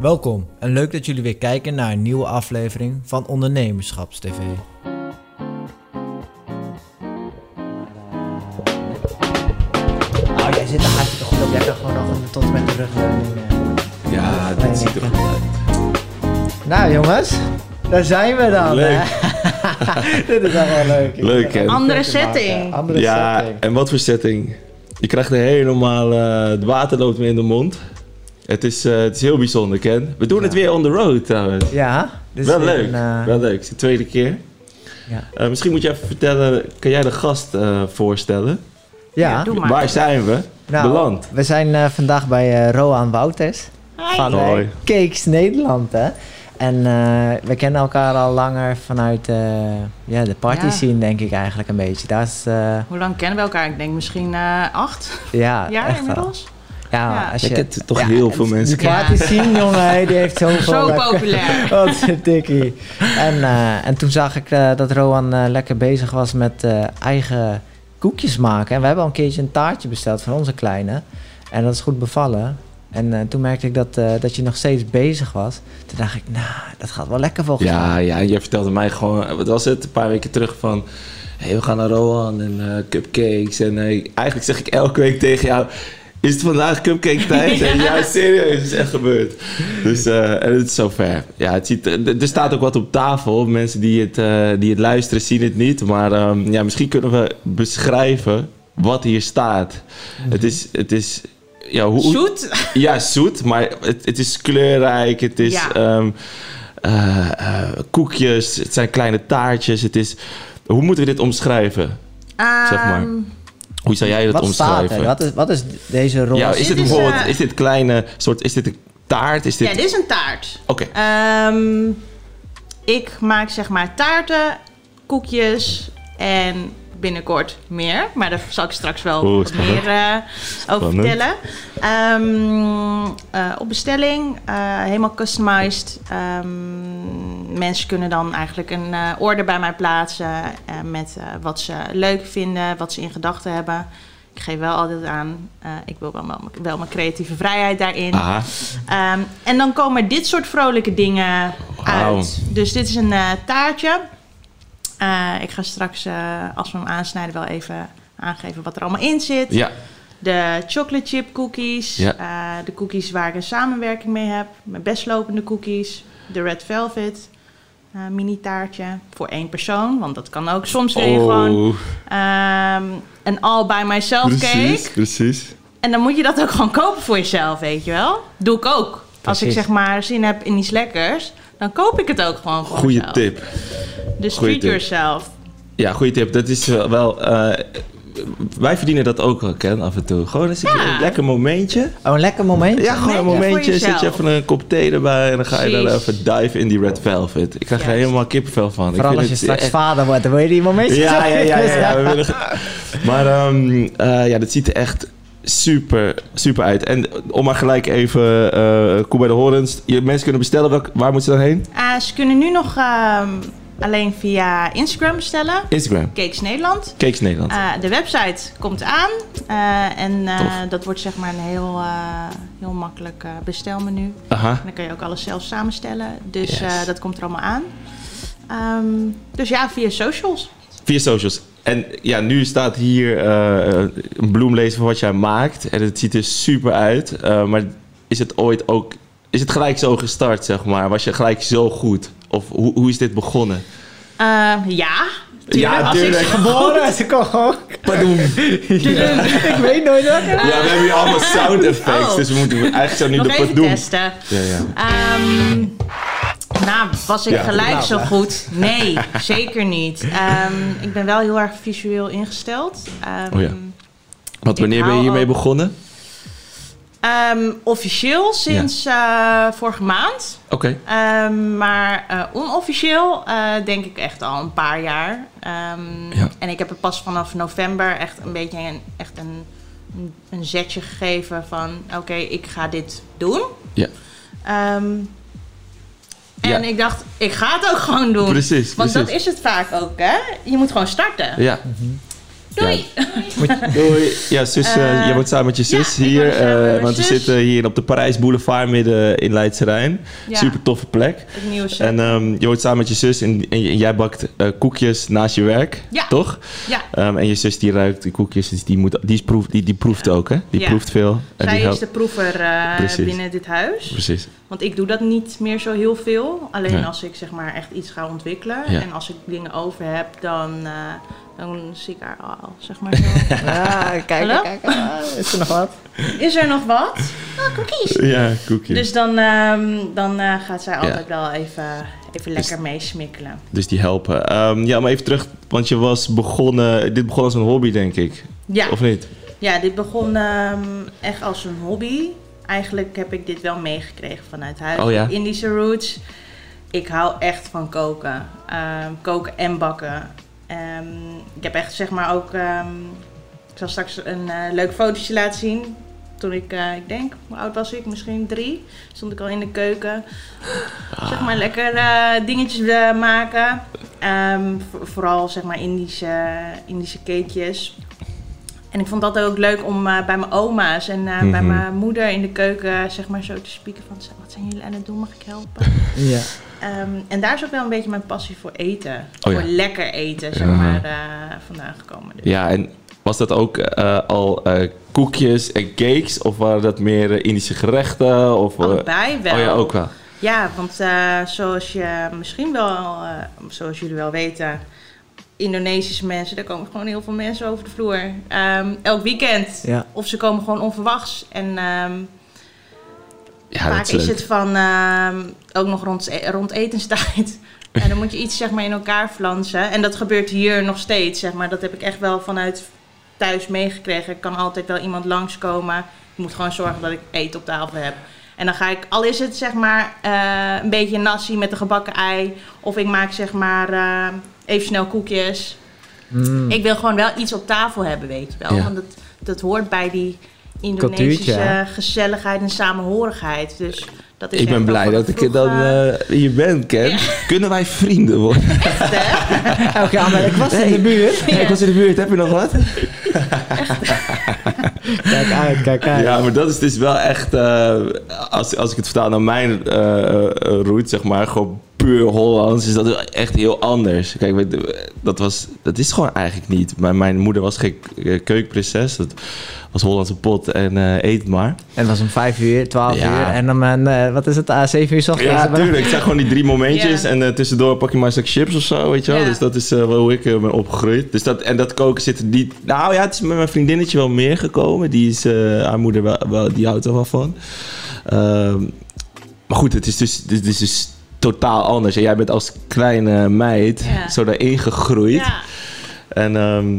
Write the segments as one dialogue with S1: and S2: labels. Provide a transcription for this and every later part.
S1: Welkom en leuk dat jullie weer kijken naar een nieuwe aflevering van Ondernemerschaps TV.
S2: Oh, jij zit er hartstikke goed op. Jij kan gewoon nog een tot en met de rugleuning. eh,
S3: Ja,
S2: Nee,
S3: dit ziet er
S2: nee.
S3: goed uit.
S2: Nou jongens, daar zijn we dan.
S3: Leuk.
S2: hè? Dit is wel wel leuk.
S3: Leuk, hè?
S4: Andere
S2: Te maken.
S4: setting.
S2: Andere
S3: Ja,
S2: setting.
S3: en wat voor setting. Je krijgt een hele normale... Het water loopt me in de mond. Het is, eh, het is heel bijzonder, Ken. We doen het weer on the road, trouwens.
S2: Ja, dit is
S3: Wel
S2: weer
S3: leuk.
S2: een, eh,
S3: Wel leuk. Het is de tweede keer.
S2: Ja.
S3: Eh, misschien moet je even vertellen... Kan jij de gast eh, voorstellen?
S2: ja.
S4: Doe maar.
S3: Waar zijn we?
S2: Nou,
S3: Beland.
S2: We zijn eh, vandaag bij eh, Roan Wouters van eh,
S3: Hoi.
S2: Cakes Nederland. Hè? En eh, we kennen elkaar al langer vanuit eh, ja, de party
S4: Ja.
S2: scene, denk ik eigenlijk een beetje. Dat is, eh,
S4: Hoe lang kennen we elkaar? Ik denk misschien eh, acht
S2: ja,
S4: jaar
S2: echt eh, wel.
S4: inmiddels.
S2: Ja,
S4: Ja.
S2: als
S3: Jij
S2: je-
S3: kent toch
S2: ja,
S3: heel veel mensen.
S2: Die party scene, jongen, hè, die heeft zoveel...
S4: Zo
S2: eh,
S4: populair.
S2: Wat een dikkie. En, eh, en toen zag ik eh, dat Roan eh, lekker bezig was met eh, eigen koekjes maken. En we hebben al een keertje een taartje besteld van onze kleine. En dat is goed bevallen. En eh, toen merkte ik dat, eh, dat je nog steeds bezig was. Toen dacht ik, nou, dat gaat wel lekker volgens mij.
S3: Ja, ja, en jij vertelde mij gewoon, wat was het, een paar weken terug van... Hé, we gaan naar Rohan en eh, cupcakes. En eh, eigenlijk zeg ik elke week tegen jou... Is het vandaag cupcake tijd? En ja, serieus, is echt gebeurd. Dus eh, en het is zover. Ja, het ziet, er er staat ook wat op tafel. Mensen die het, eh, die het luisteren zien het niet. Maar ehm, ja, misschien kunnen we beschrijven wat hier staat. Het is... Het is ja, hoe, hoe-
S4: Zoet.
S3: ja, zoet, maar het, het is kleurrijk. Het is
S4: Ja.
S3: ehm, eh, eh, koekjes, het zijn kleine taartjes. Het is, hoe moeten we dit omschrijven? Zeg maar.
S4: Ehm,
S3: Hoe zou jij dat
S2: Wat staat
S3: omschrijven?
S2: er? Wat is, wat is deze roze?
S3: ja, is dit,
S4: Dit is,
S3: bijvoorbeeld,
S4: eh,
S3: is dit kleine soort, is dit een taart? Is dit,
S4: Ja, dit is een taart.
S3: Oké,
S4: Ehm, ik maak zeg maar taarten, koekjes en binnenkort meer. Maar daar zal ik straks wel
S3: Oeh,
S4: wat
S3: spannend.
S4: meer eh, over
S3: Spannend.
S4: vertellen. Ehm, eh, op bestelling, eh, helemaal customized. Ehm, mensen kunnen dan eigenlijk een eh, order bij mij plaatsen eh, met eh, wat ze leuk vinden, wat ze in gedachten hebben. Ik geef wel altijd aan, eh, ik wil wel, mijn- wel mijn creatieve vrijheid daarin.
S3: aha.
S4: Ehm, en dan komen er dit soort vrolijke dingen
S3: Wauw.
S4: uit. Dus dit is een eh, taartje. Eh, ik ga straks, eh, als we hem aansnijden, wel even aangeven wat er allemaal in zit.
S3: Ja,
S4: De chocolate chip cookies.
S3: Ja.
S4: eh, de cookies waar ik een samenwerking mee heb. Mijn best lopende cookies. De red velvet. eh, mini taartje voor één persoon, want dat kan ook. Soms wil je gewoon
S3: oh,
S4: ehm, een all by myself
S3: precies,
S4: cake.
S3: precies.
S4: En dan moet je dat ook gewoon kopen voor jezelf, weet je wel? Doe ik ook. Als ik
S2: Precies.
S4: zeg maar zin heb in iets lekkers, dan koop ik het ook gewoon voor
S3: Goeie
S4: mezelf.
S3: tip.
S4: Dus
S3: Goeie
S4: treat
S3: tip.
S4: yourself.
S3: Ja, goede tip. Dat is wel. wel, eh, wij verdienen dat ook wel, Ken, af en toe. Gewoon eens een keer
S4: Ja.
S3: een lekker momentje.
S2: Oh, een lekker moment.
S3: Ja, gewoon een
S4: Lekker voor
S3: momentje. Zet
S4: jezelf.
S3: je even een kop thee erbij en dan ga je daar
S4: Precies.
S3: even dive in die red velvet. Ik krijg er
S4: Juist.
S3: helemaal kippenvel van. Ik
S2: Vooral
S3: vind
S2: als je
S3: het
S2: straks
S3: echt-
S2: vader wordt, dan wil je die momentjes
S3: Ja,
S2: ook
S3: ja, ja, ja,
S2: eens
S3: ja,
S2: hebben.
S3: we willen ge- Maar ehm, eh, ja, dat ziet er echt super, super uit. En om maar gelijk even eh koe bij de horens. Je mensen kunnen bestellen. Welk- waar moeten ze dan heen?
S4: Eh, ze kunnen nu nog ehm, alleen via Instagram bestellen.
S3: Instagram.
S4: Cakes Nederland.
S3: Cakes Nederland.
S4: Eh, de website komt aan. eh, en eh,
S3: Tof.
S4: dat wordt zeg maar een heel, eh, heel makkelijk eh, bestelmenu.
S3: Aha.
S4: En dan kan je ook alles zelf samenstellen. Dus
S3: Yes.
S4: eh, dat komt er allemaal aan. Ehm, dus ja, via socials.
S3: Via socials. En ja, nu staat hier eh, een bloemlezer van wat jij maakt. En het ziet er super uit. Eh, maar is het ooit ook... Is het gelijk zo gestart, zeg maar? Was je gelijk zo goed? Of hoe, hoe is dit begonnen?
S4: Eh, ja. tuurlijk. Als ik-
S2: Geboren, ze kon gewoon...
S3: Pardon.
S2: Ik weet nooit wat.
S3: Ja, we hebben hier allemaal sound effects.
S4: Oh.
S3: Dus we moeten eigenlijk zo nu
S4: Nog
S3: de
S4: even
S3: pardon.
S4: testen.
S3: Ja, ja.
S4: Ehm, nou, was ik
S3: Ja,
S4: gelijk
S2: nou,
S4: zo
S2: hè.
S4: goed? Nee, zeker niet. Ehm, ik ben wel heel erg visueel ingesteld. Ehm,
S3: Oh ja. Want wanneer ben je
S4: hou
S3: hiermee
S4: ook-
S3: begonnen?
S4: ehm, officieel sinds eh, vorige maand.
S3: Oké.
S4: Ehm, maar eh, onofficieel eh, denk ik echt al een paar jaar. Ehm,
S3: Ja.
S4: En ik heb er pas vanaf november echt een beetje een, echt een, een, een zetje gegeven van... oké, ik ga dit doen.
S3: Ja.
S4: Ehm, en
S3: Ja.
S4: ik dacht, ik ga het ook gewoon doen.
S3: Precies,
S4: Want dat
S3: precies.
S4: is het vaak ook, hè? Je moet gewoon starten.
S3: Ja. Doei! Doei. Ja, zus, eh,
S4: Eh,
S3: jij wordt samen met je zus
S4: ja, ik
S3: hier.
S4: woon samen met
S3: eh,
S4: mijn
S3: want
S4: zus.
S3: we zitten hier op de Parijs Boulevard midden in Leidse Rijn.
S4: Ja.
S3: Super toffe plek.
S4: Het nieuws.
S3: En ehm, je wordt samen met je zus en, en, en jij bakt eh, koekjes naast je werk,
S4: Ja.
S3: toch?
S4: ja,
S3: Ehm, en je zus die ruikt de koekjes, dus die, moet, die, is proef, die, die proeft ook, hè? Die
S4: Ja.
S3: proeft veel. En die
S4: zij is
S3: helpt.
S4: de proever eh,
S3: Precies.
S4: binnen dit huis.
S3: Precies.
S4: Want ik doe dat niet meer zo heel veel. Alleen
S3: Ja.
S4: als ik zeg maar echt iets ga ontwikkelen.
S3: Ja.
S4: En als ik dingen over heb, dan, eh, dan zie ik haar al, zeg maar zo.
S2: Ja, kijk,
S4: Hallo?
S2: kijk, kijk. Ah, Is er nog wat?
S4: Is er nog wat? Ah, cookies.
S3: Ja, koekjes. Dus,
S4: Dus dan, ehm, dan eh, gaat zij altijd wel even, even lekker meesmikkelen.
S3: die helpen. Ehm, ja, maar even terug, want je was begonnen, dit begon als een hobby, denk ik.
S4: Ja.
S3: Of niet?
S4: ja, dit begon ehm, echt als een hobby. Eigenlijk heb ik dit wel meegekregen vanuit huis.
S3: Oh ja?
S4: Indische roots. Ik hou echt van koken. Ehm, koken en bakken. Ehm, ik heb echt zeg maar ook... ehm, ik zal straks een eh, leuk fotootje laten zien. Toen ik, eh, ik denk, hoe oud was ik? Misschien drie. Stond ik al in de keuken. Zeg maar lekker eh, dingetjes eh, maken. Ehm, vo- vooral zeg maar Indische, Indische cakejes. En ik vond dat ook leuk om eh, bij mijn oma's en eh, bij
S3: Mhm.
S4: mijn moeder in de keuken zeg maar zo te spieken van wat zijn jullie aan het doen, mag ik helpen?
S2: Ja.
S4: Ehm, en daar is ook wel een beetje mijn passie voor eten,
S3: Oh ja.
S4: voor lekker eten zeg
S3: Ja.
S4: maar eh, vandaan gekomen. Dus.
S3: Ja, en was dat ook eh, al eh, koekjes en cakes? Of waren dat meer eh, Indische gerechten? Of, eh,
S4: Allebei wel.
S3: Oh ja, ook wel.
S4: Ja, want eh, zoals je misschien wel, eh, zoals jullie wel weten, Indonesische mensen, daar komen gewoon heel veel mensen over de vloer. Ehm, elk weekend.
S2: Ja.
S4: Of ze komen gewoon onverwachts. En ehm,
S3: Ja,
S4: vaak
S3: dat
S4: is
S3: is leuk.
S4: het van ehm, ook nog rond, eh, rond etenstijd. en dan moet je iets zeg maar in elkaar flansen. En dat gebeurt hier nog steeds, zeg maar. Dat heb ik echt wel vanuit thuis meegekregen. Ik kan altijd wel iemand langskomen. Ik moet gewoon zorgen dat ik eten op tafel heb. En dan ga ik, al is het zeg maar eh, een beetje nasi met een gebakken ei. Of ik maak zeg maar eh, even snel koekjes.
S2: Mm.
S4: Ik wil gewoon wel iets op tafel hebben, weet je wel.
S3: Ja.
S4: Want dat, dat hoort bij die
S2: Cultuurtje, hè?
S4: Indonesische gezelligheid en samenhorigheid. Dus dat is
S3: Ik ben
S4: echt wel
S3: blij
S4: van
S3: dat
S4: de
S3: ik dan
S4: vroege-
S3: eh, hier ben, Ken. Kunnen wij vrienden worden?
S2: Elke keer aanbellen, Oh, ik was in de buurt.
S3: Hey, ik was in de buurt, heb je nog wat?
S2: Kijk uit, kijk uit.
S3: Ja, maar dat is dus wel echt, eh, als, als ik het vertaal naar mijn eh eh, route, zeg maar, gewoon puur Hollands, is dat echt heel anders. Kijk, weet- dat, was, dat is gewoon eigenlijk niet. Mijn, mijn moeder was geen eh, keukenprinses, dat was Hollandse pot en eh, eet maar.
S2: En het was om 5 uur, 12
S3: Ja.
S2: uur. En om een, eh, wat is het, ah, 7 uur s ochtends.
S3: Ja, tuurlijk. Het zijn gewoon die drie momentjes.
S4: Ja.
S3: En eh, tussendoor pak je maar een zak chips of zo, weet je wel.
S4: Ja.
S3: Dus dat is eh, wel hoe ik eh, ben opgegroeid. Dus dat, en dat koken zit er niet... Nou ja, het is met mijn vriendinnetje wel meer gekomen. Die is... eh, haar moeder, wel, wel- die houdt er wel van. Ehm, maar goed, het is dus... Het is dus totaal anders. En jij bent als kleine meid
S4: Ja.
S3: zo daarin gegroeid.
S4: Ja.
S3: En ehm,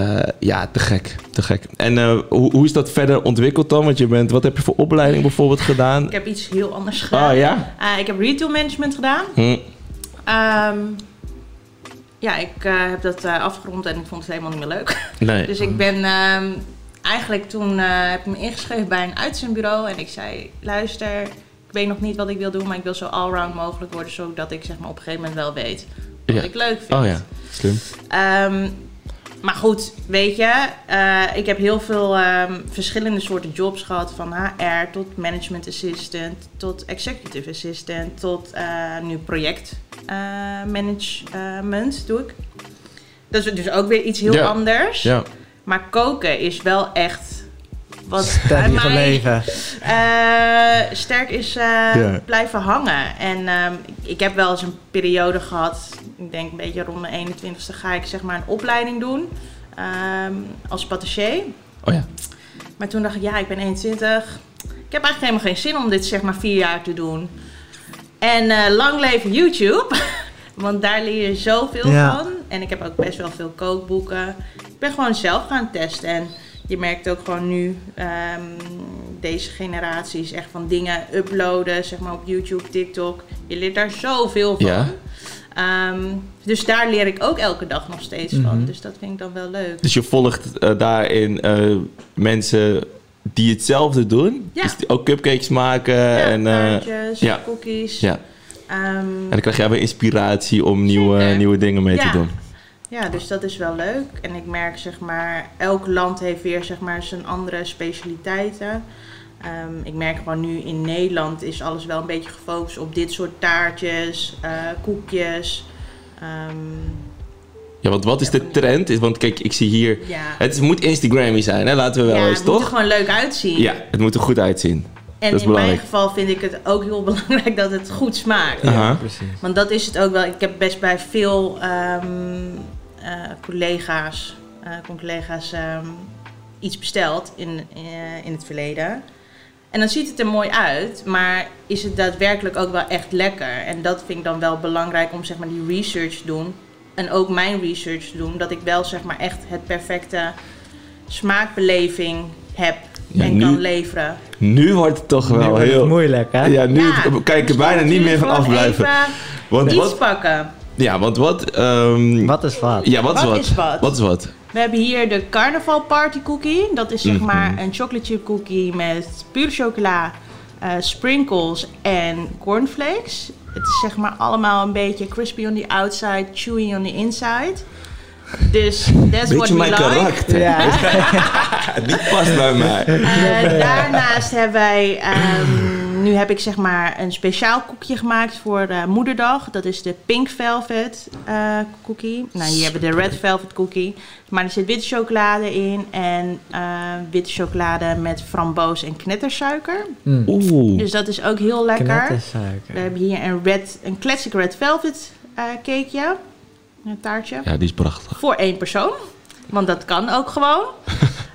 S3: eh, ja, te gek. Te gek. En eh, hoe, hoe is dat verder ontwikkeld dan? Want je bent... Wat heb je voor opleiding bijvoorbeeld gedaan?
S4: Ik heb iets heel anders gedaan.
S3: Ah ja?
S4: Eh, ik heb retail management gedaan.
S3: Hm.
S4: Ehm, ja, ik eh, heb dat eh, afgerond en ik vond het helemaal niet meer leuk.
S3: Nee.
S4: Dus ik ben ehm, eigenlijk toen eh, heb ik me ingeschreven bij een uitzendbureau en ik zei: luister, ik weet nog niet wat ik wil doen, maar ik wil zo allround mogelijk worden, zodat ik zeg maar op een gegeven moment wel weet wat
S3: Ja.
S4: ik leuk vind.
S3: Oh ja, slim.
S4: Ehm, maar goed, weet je, eh, ik heb heel veel ehm, verschillende soorten jobs gehad. Van HR tot management assistant, tot executive assistant, tot eh, nu projectmanagement management doe ik. Dat is dus ook weer iets heel
S3: Ja.
S4: anders.
S3: Ja.
S4: Maar koken is wel echt wat bij
S2: Sterk
S4: mij
S2: leven.
S4: eh, sterk is eh,
S3: Ja.
S4: blijven hangen. En ehm, ik heb wel eens een periode gehad, ik denk een beetje rond mijn 21ste, ga ik zeg maar een opleiding doen ehm, als patissier.
S3: Oh ja.
S4: Maar toen dacht ik, ja, ik ben 21. Ik heb eigenlijk helemaal geen zin om dit zeg maar vier jaar te doen. En eh, lang leven YouTube. Want daar leer je zoveel
S2: Ja.
S4: van. En ik heb ook best wel veel kookboeken. Ik ben gewoon zelf gaan testen. En je merkt ook gewoon nu, ehm, deze generatie is echt van dingen uploaden, zeg maar op YouTube, TikTok. Je leert daar zoveel van.
S3: Ja.
S4: Ehm, dus daar leer ik ook elke dag nog steeds
S3: Mhm.
S4: van. Dus dat vind ik dan wel leuk.
S3: Dus je volgt eh, daarin eh, mensen die hetzelfde doen.
S4: Ja.
S3: Dus die ook cupcakes maken.
S4: Ja,
S3: en, eh,
S4: taartjes,
S3: ja.
S4: cookies.
S3: ja.
S4: Ehm,
S3: en dan krijg jij weer inspiratie om nieuwe,
S4: Zeker.
S3: nieuwe dingen mee
S4: Ja.
S3: te doen.
S4: Ja, dus dat is wel leuk. En ik merk zeg maar, elk land heeft weer zeg maar zijn andere specialiteiten. Ehm, ik merk gewoon nu in Nederland is alles wel een beetje gefocust op dit soort taartjes, eh, koekjes. Ehm,
S3: Ja, want wat is de trend? Is- Want kijk, ik zie hier...
S4: ja.
S3: Het moet Instagrammy zijn, hè? laten we wel
S4: ja,
S3: eens,
S4: het moet er
S3: toch?
S4: gewoon leuk uitzien.
S3: Ja, het moet er goed uitzien.
S4: en
S3: dat is
S4: in mijn
S3: belangrijk.
S4: geval vind ik het ook heel belangrijk dat het goed smaakt.
S3: Aha.
S2: precies.
S4: Want dat is het ook wel. Ik heb best bij veel ehm, eh, collega's, eh, con- collega's ehm, iets besteld in, eh, in het verleden. En dan ziet het er mooi uit, maar is het daadwerkelijk ook wel echt lekker? En dat vind ik dan wel belangrijk om zeg maar die research te doen. En ook mijn research te doen, dat ik wel zeg maar echt het perfecte smaakbeleving heb
S3: Ja,
S4: en
S3: nu-
S4: kan leveren.
S3: Nu wordt het toch wel heel...
S2: moeilijk, hè?
S3: Ja, nu
S4: Ja,
S3: kan ik er
S4: dus
S3: bijna
S4: dan
S3: niet meer van
S4: natuurlijk gewoon
S3: afblijven.
S4: even
S3: Want
S4: iets
S3: wat...
S4: pakken.
S3: Ja, want wat... ehm,
S2: Wat is wat?
S3: Ja, wat is
S4: Wat
S3: wat?
S4: is wat?
S3: Wat is wat?
S4: We hebben hier de Carnaval Party Cookie. Dat is zeg
S3: Mhm.
S4: maar een chocolate chip cookie met pure chocola, eh, sprinkles en cornflakes. Het is zeg maar allemaal een beetje crispy on the outside, chewy on the inside. Dus that's what
S3: Beetje
S4: we
S3: mijn
S4: like.
S3: karakter.
S2: Ja.
S3: Die past bij mij.
S4: Eh, daarnaast hebben wij, ehm, nu heb ik zeg maar een speciaal koekje gemaakt voor eh, moederdag. Dat is de Pink Velvet eh, cookie. Nou, hier hebben we de Red Velvet cookie. Maar er zit witte chocolade in en eh, witte chocolade met framboos en knettersuiker.
S3: Oeh.
S4: Dus dat is ook heel lekker. We
S2: Knettersuiker.
S4: hebben hier een, red, een classic Red Velvet eh cakeje, een taartje.
S3: Ja, die is prachtig.
S4: Voor één persoon. Want dat kan ook gewoon.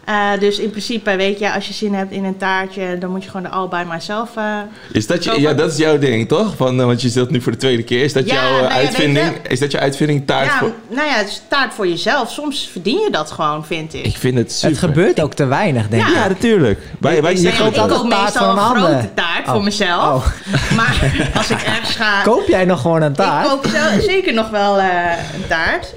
S4: Eh, dus in principe weet je, als je zin hebt in een taartje, dan moet je gewoon de all by myself. eh,
S3: Is dat je,
S4: Kopen.
S3: ja, dat is jouw ding, toch? Van, eh, want je zit nu voor de tweede keer. Is dat
S4: Ja,
S3: jouw eh,
S4: nou ja,
S3: uitvinding?
S4: weet
S3: Is dat je uitvinding taart
S4: ja,
S3: voor...
S4: nou ja, het is taart voor jezelf. Soms verdien je dat gewoon, vind ik.
S3: Ik vind het super.
S2: Het gebeurt ook te weinig, denk ik.
S3: Ja, natuurlijk. Wij, wij
S2: Ik
S4: Nee,
S3: zeggen
S4: want
S3: ook
S4: ik
S2: altijd
S4: koop
S2: taart
S4: meestal
S2: voor
S4: een
S2: mijn
S4: grote
S2: handen.
S4: taart
S2: Oh.
S4: voor mezelf.
S2: Oh.
S4: Maar als ik ergens ga...
S2: Koop jij nog gewoon een taart?
S4: Ik koop zo- zeker nog wel eh, een taart.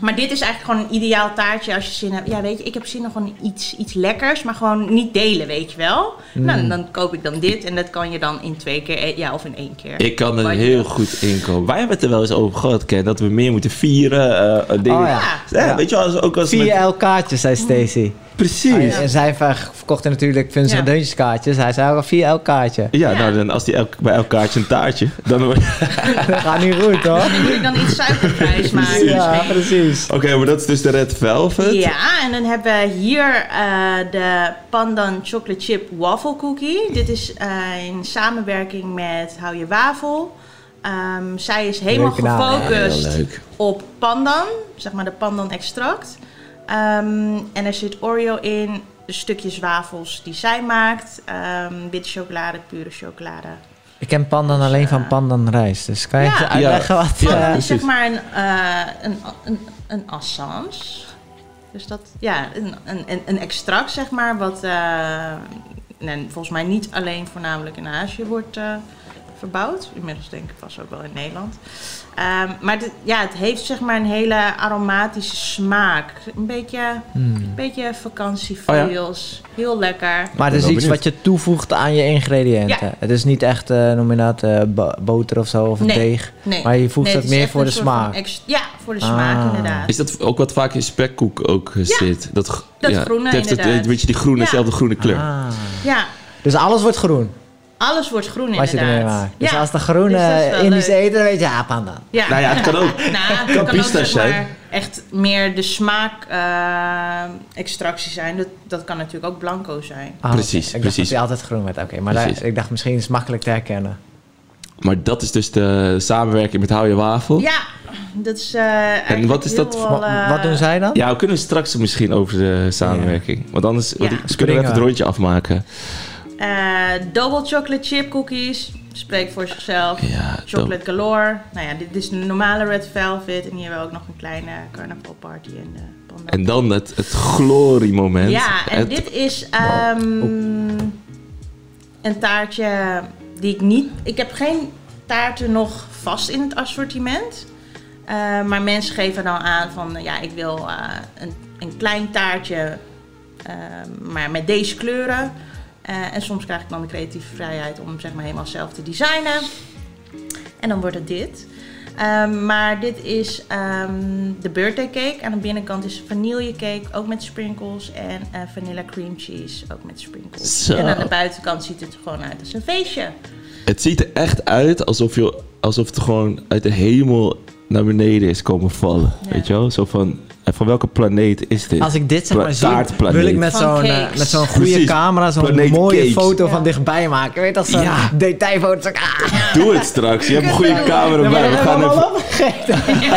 S4: Maar dit is eigenlijk gewoon een ideaal taartje als je zin hebt. Ja, weet je, ik heb zin nog gewoon iets, iets lekkers, maar gewoon niet delen, weet je wel.
S2: Hmm.
S4: Nou, dan koop ik dan dit en dat kan je dan in twee keer, e- ja, of in één keer.
S3: Ik kan er
S4: Wat je
S3: heel
S4: wil.
S3: goed inkomen. Wij hebben het er wel eens over gehad, Ken, dat we meer moeten vieren. eh, eh, dingen.
S2: Oh
S4: Ja.
S2: ja.
S3: Ja,
S2: Ja.
S3: Weet je wel, als- ook als met-
S2: 4L kaartjes, zei Stacy.
S3: Precies.
S2: En zij ver- verkochten natuurlijk Vincent
S4: Ja.
S2: Deuntjes kaartjes. Hij zei ook een 4L kaartje.
S3: Ja,
S4: Ja.
S3: nou, dan als die elk, bij elk kaartje een taartje, dan... Oké,
S2: Dat gaat nu goed, hoor.
S4: Moet ik dan iets suikervrij maken?
S2: Ja,
S4: misschien?
S2: precies.
S3: maar dat is dus de Red Velvet.
S4: Ja, en dan hebben we hier eh, de Pandan Chocolate Chip Waffle Cookie. Dit is eh, in samenwerking met Hou Je Wafel. Ehm, zij is helemaal
S2: Leuke naam, hè?
S4: gefocust
S3: Heel leuk.
S4: op pandan, zeg maar de pandan extract. Ehm, en er zit Oreo in, de stukjes wafels die zij maakt. Ehm, witte chocolade, pure chocolade.
S2: Ik ken pandan alleen van pandan rijst. Dus kan je
S4: Ja.
S2: even uitleggen wat...
S3: Ja.
S2: eh,
S4: Dat
S3: precies.
S4: is zeg maar een, eh, een, een, een assans. Dus dat, ja, een, een, een- een extract zeg maar, wat eh, nee, volgens mij niet alleen voornamelijk in Azië wordt eh, verbouwd. Inmiddels denk ik vast ook wel in Nederland. Ehm, maar dit- ja, het heeft zeg maar een hele aromatische smaak. Een beetje,
S2: Hmm.
S4: een
S2: Oh
S4: beetje vakantiefiels. Heel lekker.
S2: Maar het
S3: ben
S2: is
S3: wel
S2: iets
S3: benieuwd.
S2: wat je toevoegt aan je ingrediënten.
S4: Ja.
S2: Het is niet echt, eh, noem je dat, eh, bo- boter of zo of een
S4: Nee.
S2: deeg.
S4: Nee.
S2: Maar je voegt
S4: Nee,
S2: het
S4: is
S2: meer
S4: echt
S2: voor
S4: een
S2: de
S4: soort van
S2: smaak.
S4: ex- ja, voor de smaak
S2: Ah.
S4: inderdaad.
S3: Is dat ook wat vaak in spekkoek ook eh, zit? Dat, g-
S4: dat
S3: ja,
S4: groene
S3: het heeft het-
S4: inderdaad.
S3: Een beetje die groene,
S4: Ja.
S3: dezelfde groene kleur.
S2: Ah.
S4: Ja,
S2: Dus alles wordt groen,
S4: alles wordt groen
S2: als
S4: inderdaad.
S2: je ermee maakt. Dus
S4: ja.
S2: als de groene
S4: Dus dat is wel
S2: Indische
S4: leuk.
S2: eten, dan weet je, ah, pandan.
S4: Ja.
S3: Nou ja, het kan ook.
S4: Nou, het
S3: kan
S4: kan ook
S3: pistache
S4: zeg maar,
S3: zijn.
S4: echt meer de smaak-extractie zijn. Dat, dat kan natuurlijk ook blanco zijn.
S2: Ah,
S3: Precies,
S2: oké. Ik dacht
S3: precies.
S2: dat die altijd groen werd, oké. maar
S3: Precies.
S2: daar- ik dacht, misschien is het makkelijk te herkennen.
S3: Maar dat is dus de samenwerking met Hou Je Wafel.
S4: Ja, dat is. eh, eigenlijk
S3: wat is dat
S4: heel
S3: voor-
S4: wel,
S2: Wa-
S4: eh,
S2: wat doen zij dan?
S3: Ja, we kunnen straks misschien over de samenwerking. Want anders want ik- kunnen
S2: springen
S3: we even
S2: we.
S3: het rondje afmaken.
S4: eh, double chocolate chip cookies. Spreekt voor zichzelf.
S3: Ja,
S4: Chocolate galore. Nou ja, dit is de normale red velvet. En hier hebben we ook nog een kleine carnaval party in de panda.
S3: En dan het, het gloriemoment.
S4: Ja, en
S3: Het-
S4: dit is ehm, een taartje die ik niet. Ik heb geen taarten nog vast in het assortiment. Eh, maar mensen geven dan aan van ja, ik wil eh, een, een klein taartje, eh, maar met deze kleuren. Eh, en soms krijg ik dan de creatieve vrijheid om zeg maar helemaal zelf te designen. En dan wordt het dit. Ehm, maar dit is ehm, de birthday cake. Aan de binnenkant is vanillecake, ook met sprinkles. En eh, vanilla cream cheese, ook met sprinkles.
S3: Zo.
S4: En aan de buitenkant ziet het er gewoon uit als een feestje.
S3: Het ziet er echt uit alsof, je, alsof het gewoon uit de hemel naar beneden is komen vallen.
S4: Ja.
S3: Weet je wel? Zo van, eh, van welke planeet is dit?
S2: Als ik dit zeg
S3: Pla-
S2: maar zie,
S3: taartplaneet.
S2: wil ik met
S4: Van
S2: zo'n eh,
S4: cakes.
S2: met zo'n goede
S3: Precies.
S2: camera zo'n
S3: Planeet
S2: mooie
S3: cakes.
S2: foto van
S4: Ja.
S2: dichtbij maken. Weet je, dat zo'n
S3: Ja.
S2: detailfoto. zo- Ah,
S3: Doe het straks. Je hebt een goede camera
S2: dan
S3: bij.
S2: ben
S3: We
S2: ik
S3: gaan
S2: helemaal
S3: even...
S2: opgegeten.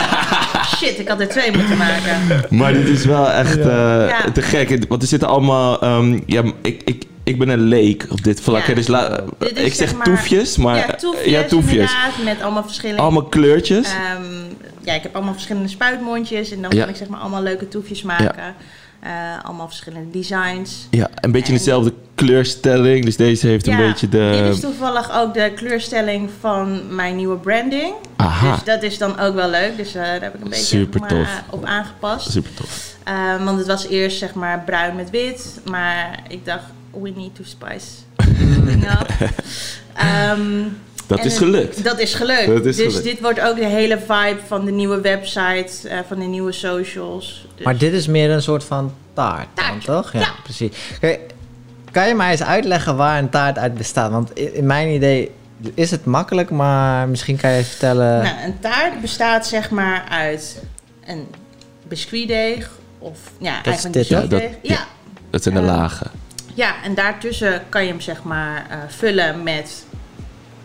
S4: Shit, ik had er twee moeten maken.
S3: Maar dit is wel echt eh,
S4: Ja.
S3: te gek. Want er zitten allemaal... ehm, ja, ik, ik, ik ben een leek op dit vlak.
S4: Ja.
S3: hè, Dus la-
S4: Dit is
S3: ik zeg
S4: zeg maar-
S3: toefjes, maar...
S4: ja, toefjes,
S3: ja, toefjes.
S4: inderdaad, met allemaal verschillende...
S3: Allemaal kleurtjes.
S4: Ehm, ja, ik heb allemaal verschillende spuitmondjes. En dan
S3: Ja.
S4: kan ik zeg maar allemaal leuke toefjes maken. Eh, allemaal verschillende designs.
S3: ja, een beetje
S4: en-
S3: dezelfde kleurstelling. Dus deze heeft een beetje
S4: Dit
S3: de...
S4: is toevallig ook de kleurstelling van mijn nieuwe branding.
S3: Aha.
S4: Dus dat is dan ook wel leuk. Dus eh, daar heb ik een beetje
S3: Super
S4: maar,
S3: tof.
S4: op aangepast.
S3: Super tof.
S4: Eh, want het was eerst zeg maar bruin met wit. Maar ik dacht, we need to spice thing up. Ehm,
S3: Dat
S4: en
S3: is
S4: het-
S3: gelukt.
S4: Dat is gelukt.
S3: Dat is
S4: dus
S3: gelukt.
S4: dit wordt ook de hele vibe van de nieuwe website, eh, van de nieuwe socials. Dus-
S2: Maar dit is meer een soort van taart, dan,
S4: Taartje,
S2: toch?
S4: ja.
S2: precies. Oké, kan je mij eens uitleggen waar een taart uit bestaat? Want in, in mijn idee is het makkelijk, maar misschien kan je vertellen.
S4: Nou, een taart bestaat zeg maar uit een biscuitdeeg of ja,
S2: Dat is
S4: eigenlijk
S2: dit,
S4: een
S3: hè?
S4: biscuitdeeg.
S3: Ja, dat-
S4: ja,
S3: Dat zijn de
S4: Eh,
S3: lagen.
S4: Ja, en daartussen kan je hem zeg maar eh, vullen met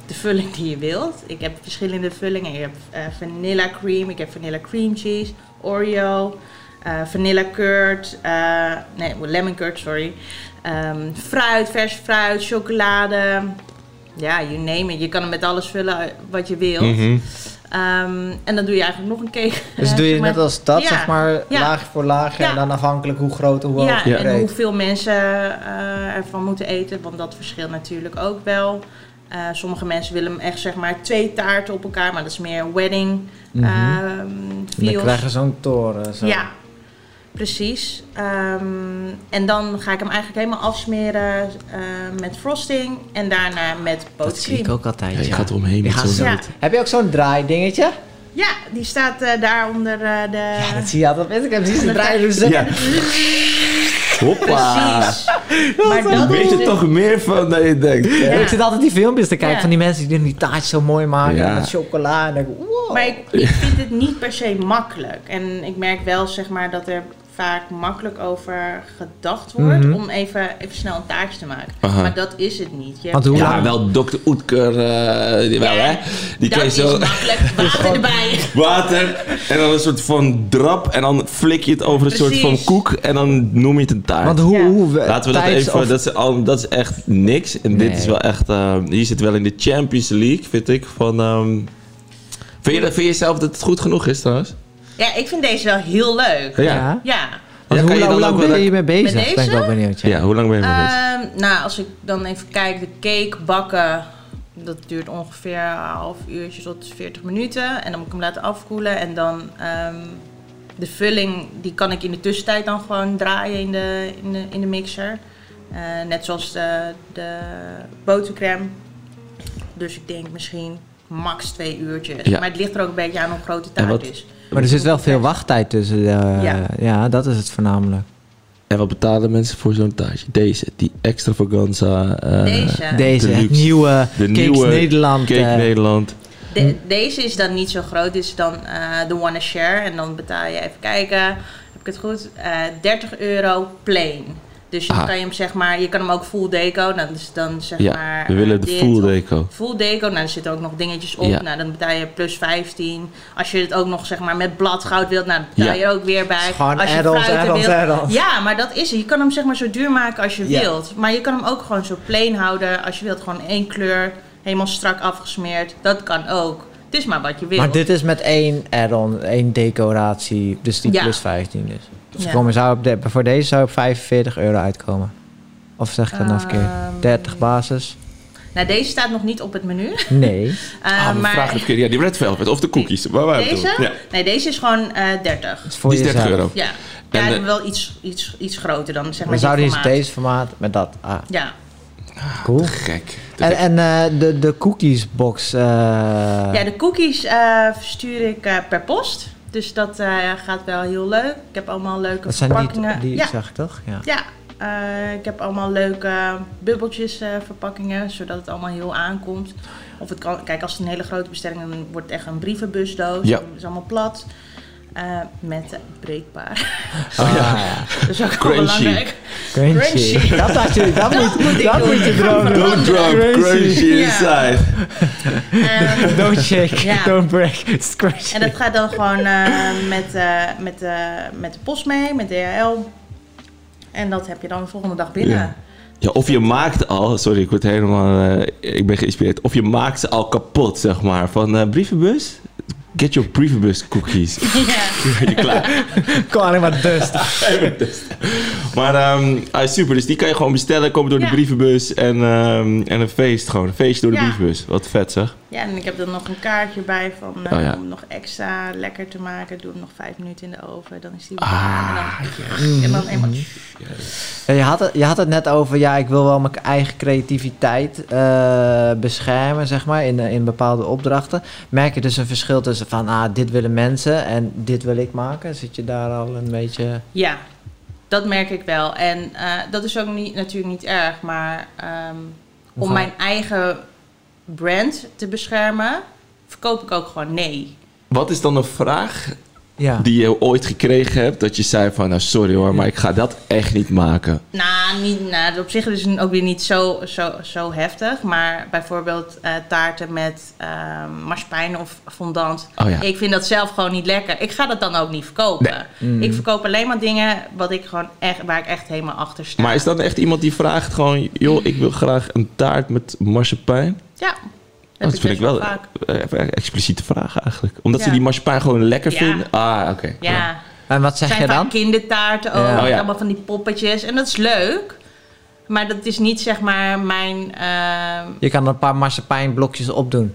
S4: de vulling die je wilt. Ik heb verschillende vullingen. Ik heb eh, vanilla cream, ik heb vanilla cream cheese, Oreo, eh, vanilla curd, eh, nee, lemon curd, sorry. Ehm, fruit, vers fruit, chocolade. Ja, you name it. Je kan hem met alles vullen eh, wat je wilt.
S3: Mhm.
S4: Ehm, en dan doe je eigenlijk nog een cake.
S2: dus
S4: eh,
S2: doe je
S4: zeg maar.
S2: net als dat,
S4: Ja,
S2: zeg maar,
S4: ja.
S2: laagje voor laagje.
S4: Ja.
S2: En dan afhankelijk hoe groot, hoe hoog,
S4: Ja,
S2: hoe
S4: en
S2: breed.
S4: hoeveel mensen eh, ervan moeten eten, want dat verschilt natuurlijk ook wel. Eh, sommige mensen willen hem echt zeg maar twee taarten op elkaar, maar dat is meer wedding
S2: Mhm.
S4: ehm
S2: En dan
S4: feels.
S2: krijg je zo'n toren. Zo.
S4: Ja, precies. Ehm, en dan ga ik hem eigenlijk helemaal afsmeren eh, met frosting en daarna met
S2: Dat zie ik
S4: botercream.
S2: ook altijd.
S3: Ja,
S2: ja.
S3: je gaat omheen met
S2: Ja,
S3: zo'n
S2: zo-
S4: Ja.
S2: Heb je ook zo'n draaidingetje?
S4: Ja, die staat eh, daar onder eh, de...
S2: Ja, dat zie je altijd op Instagram. Zie je ze
S4: Dat-
S2: draaien. doen ze-
S3: Ja. Hoppa.
S4: Precies. maar
S3: Dan
S4: dat
S3: weet
S4: is
S3: je
S4: dus-
S3: toch meer van dan je denkt. hè?
S4: Ja.
S2: Ik zit altijd die filmpjes te kijken
S4: Ja.
S2: van die mensen die die taartjes zo mooi maken.
S3: Ja.
S2: En met chocola. En dan denk ik, wow.
S4: Maar ik,
S2: Oh.
S4: ik vind het niet per se makkelijk. En ik merk wel zeg maar, dat er vaak makkelijk over gedacht wordt
S2: Mhm.
S4: om even, even snel een taartje te maken.
S3: Aha.
S4: Maar dat is het niet. Je
S2: Want hoe
S4: hebt-
S3: Ja,
S2: lang?
S3: wel Dr. Oetker, eh, die wel
S4: Ja,
S3: hè? Die
S4: dat
S3: kan je
S4: is
S3: zo
S4: makkelijk. Water erbij.
S3: water en dan een soort van drap en dan flik je het over een soort van
S4: Precies.
S3: koek en dan noem je het een taart.
S2: Want hoe...
S4: Ja.
S2: hoe
S3: Laten we dat
S2: tijds
S3: even,
S2: of-
S3: dat, is al, dat is echt niks. En
S2: Nee.
S3: dit is wel echt, eh, hier zit wel in de Champions League, vind ik. Van, ehm, vind, je, dat- vind je zelf dat het goed genoeg is trouwens?
S4: Ja, ik vind deze wel heel leuk.
S3: Ja.
S2: Ja. Want
S4: Ja.
S3: Ja, kan
S2: hoe,
S3: je
S2: lang-
S3: dan
S2: hoe lang
S3: ook
S2: ben
S3: wel-
S2: je hiermee bezig?
S4: Met
S2: Ben ik
S4: deze?
S2: wel benieuwd. ja.
S3: Ja, hoe lang ben je mee bezig?
S2: Eh.
S4: Ehm, nou, als ik dan even kijk, de cake bakken, dat duurt ongeveer een half uurtje tot 40 minuten. En dan moet ik hem laten afkoelen. En dan ehm, de vulling, die kan ik in de tussentijd dan gewoon draaien in de, in de, in de mixer. Eh, net zoals de, de botercrème. Dus ik denk misschien max twee uurtjes.
S3: Ja.
S4: Maar het ligt er ook een beetje aan hoe groot de
S3: En
S4: taart
S3: wat-
S4: is.
S2: Maar er zit wel veel wachttijd tussen. eh, ja.
S4: Ja.
S2: dat is het voornamelijk.
S3: En wat betalen mensen voor zo'n taartje? Deze, die extravaganza. eh,
S4: Deze.
S2: Deze, het
S3: Deluxe.
S2: nieuwe
S3: De
S2: Cakes
S3: nieuwe
S2: Nederland.
S3: Cake
S2: eh,
S3: Nederland. Hm?
S4: De- deze is dan niet zo groot, dit is dan eh, de Wanna Share. En dan betaal je, even kijken, heb ik het goed? Eh, 30 euro plain. Dus dan
S3: Ah.
S4: kan je hem zeg maar, je kan hem ook full deco. Nou, dus dan zeg
S3: Ja,
S4: maar.
S3: we willen
S4: eh,
S3: de
S4: dit
S3: full
S4: of
S3: deco.
S4: Full deco, nou, er zitten ook nog dingetjes op.
S3: Ja.
S4: Nou, dan betaal je plus 15. Als je het ook nog zeg maar met bladgoud wilt, nou, dan betaal
S3: Ja.
S4: je er ook weer bij.
S2: Het is gewoon
S4: als je
S2: add-ons,
S4: fruiten
S2: add-ons,
S4: wilt-
S2: add-ons.
S4: Ja, maar dat is het. Je kan hem zeg maar zo duur maken als je
S2: Ja.
S4: wilt. Maar je kan hem ook gewoon zo plain houden. Als je wilt, gewoon één kleur. Helemaal strak afgesmeerd. Dat kan ook. Het is maar wat je wilt.
S2: Maar dit is met één add-on, één decoratie, dus die
S4: Ja.
S2: plus 15 dus. Dus
S4: Ja.
S2: komen zou op de, voor deze zou op 45 euro uitkomen. Of zeg ik dat nog verkeerd?
S4: Ehm,
S2: 30 basis?
S4: Nou, deze staat nog niet op het menu.
S2: Nee.
S4: Eh,
S3: Ah, maar... vraag
S4: maar
S3: het keer. Ja, die red velvet of de cookies. Waar waren we het
S4: deze?
S3: over? Ja,
S4: Nee, deze is gewoon eh 30.
S2: Dat is voor
S3: die is 30
S2: jezelf.
S3: euro.
S4: Ja,
S3: En,
S4: ja
S3: eh,
S4: wel iets, iets, iets groter dan zeg maar
S2: We
S4: dit
S2: zouden
S4: formaat.
S2: deze formaat met dat. Ah.
S4: Ja,
S2: Cool.
S3: Te gek. Te
S2: En,
S3: gek.
S2: en eh, de, de cookiesbox. eh,
S4: Ja, de cookies eh, verstuur ik eh, per post. Dus dat eh, gaat wel heel leuk. Ik heb allemaal leuke
S2: dat zijn die,
S4: verpakkingen.
S2: die
S4: eh, ja,
S2: zeg ik toch? Ja.
S4: ja. Eh, ik heb allemaal leuke bubbeltjes eh, verpakkingen, zodat het allemaal heel aankomt. Of het kan, kijk, als het een hele grote bestelling is, dan wordt het echt een brievenbusdoos.
S3: Ja.
S4: Dat is allemaal plat. Eh, met eh, breekbaar.
S2: Ah, ja.
S4: Dat is ook wel
S3: Crunchy.
S4: belangrijk.
S2: Crunchy.
S4: Crunchy.
S2: Dat had je, dat
S4: Dat moet
S2: moet,
S4: ik
S2: dat
S4: doen.
S2: moet je dromen.
S3: Don't drop, crunchy
S4: Ja.
S3: inside.
S4: Ehm,
S2: Don't shake,
S4: Ja.
S2: don't break, it's crunchy.
S4: En dat gaat dan gewoon eh, met, eh, met, eh, met de post mee, met DHL. En dat heb je dan de volgende dag binnen.
S3: Ja. Ja, of je maakt al, sorry, ik word helemaal, eh, ik ben geïnspireerd. Of je maakt ze al kapot, zeg maar. Van eh, brievenbus, get your brievenbus cookies.
S4: Ja.
S3: Ben je klaar?
S2: Kom alleen maar dust.
S3: Maar ehm, ah, super, dus die kan je gewoon bestellen, komen door de
S4: Ja.
S3: brievenbus en, ehm, en een feest gewoon. Een feestje door de
S4: Ja.
S3: brievenbus. Wat vet zeg.
S4: ja, en ik heb er nog een kaartje bij van eh,
S3: Oh ja.
S4: om hem nog extra lekker te maken. Doe hem nog vijf minuten in de oven, dan is die weer
S3: Ah,
S4: klaar. En dan, en dan eenmaal...
S2: Ja, je, had het, je had het net over, ja, ik wil wel mijn eigen creativiteit eh, beschermen, zeg maar, in, eh, in bepaalde opdrachten. Merk je dus een verschil tussen van, ah, dit willen mensen en dit wil ik maken? Zit je daar al een beetje...
S4: Ja, dat merk ik wel. En eh, dat is ook niet, natuurlijk niet erg, maar ehm,
S2: Hoe
S4: om
S2: ga-
S4: mijn eigen brand te beschermen, verkoop ik ook gewoon nee.
S3: Wat is dan een vraag
S2: Ja.
S3: die je ooit gekregen hebt, dat je zei van, nou sorry hoor, maar ik ga dat echt niet maken.
S4: Nou, niet, nou, op zich is het ook weer niet zo, zo, zo heftig. Maar bijvoorbeeld eh, taarten met ehm marsepein of fondant.
S3: Oh ja.
S4: Ik vind dat zelf gewoon niet lekker. Ik ga dat dan ook niet verkopen.
S3: Mm.
S4: Ik verkoop alleen maar dingen wat ik gewoon echt, waar ik echt helemaal achter sta.
S3: Maar is dan echt iemand die vraagt gewoon, joh, ik wil graag een taart met marsepein?
S4: Ja. heb
S3: Oh, dat
S4: ik
S3: vind ik
S4: best
S3: wel
S4: vaak.
S3: eh, even een expliciete vraag eigenlijk. Omdat ze
S4: Ja.
S3: die marsepein gewoon lekker
S4: Ja.
S3: vinden? Ah, oké.
S4: Ja.
S2: En wat zeg
S4: Het
S2: je
S4: zijn
S2: dan?
S4: vaak kindertaarten ook.
S2: Ja.
S3: Oh ja.
S4: Allemaal van die poppetjes. En dat is leuk. Maar dat is niet zeg maar mijn... ehm,
S2: Je kan een paar marsepeinblokjes opdoen.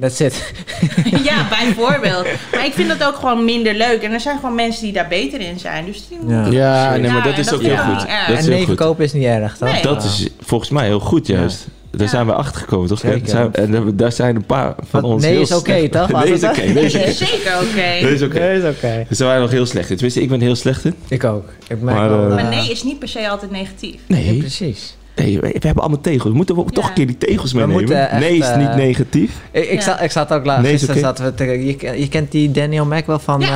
S2: That's it.
S4: Ja, bijvoorbeeld. Maar ik vind dat ook gewoon minder leuk. En er zijn gewoon mensen die daar beter in zijn. Dus die
S2: Ja.
S3: Ja, nee, maar
S4: Ja,
S3: dat is
S4: dat
S3: ook
S4: vind
S3: heel
S4: ik
S3: goed.
S4: niet erg.
S3: Dat is
S2: en nee
S3: heel goed.
S2: verkopen is niet erg, toch?
S4: Nee.
S3: Dat is volgens mij heel goed juist. Daar zijn we achter gekomen, toch?
S2: Zeker.
S3: En zijn- En daar- daar zijn een paar van
S2: Wat-
S3: ons
S2: nee
S3: heel
S2: is oké,
S3: slecht-
S2: toch? Was
S3: Nee
S2: het,
S3: is
S2: hè?
S3: oké, nee is
S4: is
S3: oké.
S4: zeker oké.
S3: Nee is oké. Dus
S2: Nee, is
S3: Daar
S2: oké.
S3: zijn wij nog heel slecht in. Tenminste, ik ben heel slecht in.
S2: Ik ook. Ik merk
S3: Maar,
S2: wel...
S3: eh,
S2: eh,
S4: Maar nee is niet per se altijd negatief.
S2: ja,
S3: Nee,
S2: precies.
S3: nee, we hebben allemaal tegels. Moeten we ook toch
S4: Ja.
S3: een keer die tegels
S2: We
S3: meenemen?
S2: moeten echt,
S3: nee is niet
S2: eh,
S3: negatief.
S2: Ik, ik,
S4: Ja.
S2: zat, ik zat ook laatst.
S3: Nee, is
S2: gisteren
S3: oké.
S2: zaten we te- je, ken- je kent die Daniel Mac wel van eh,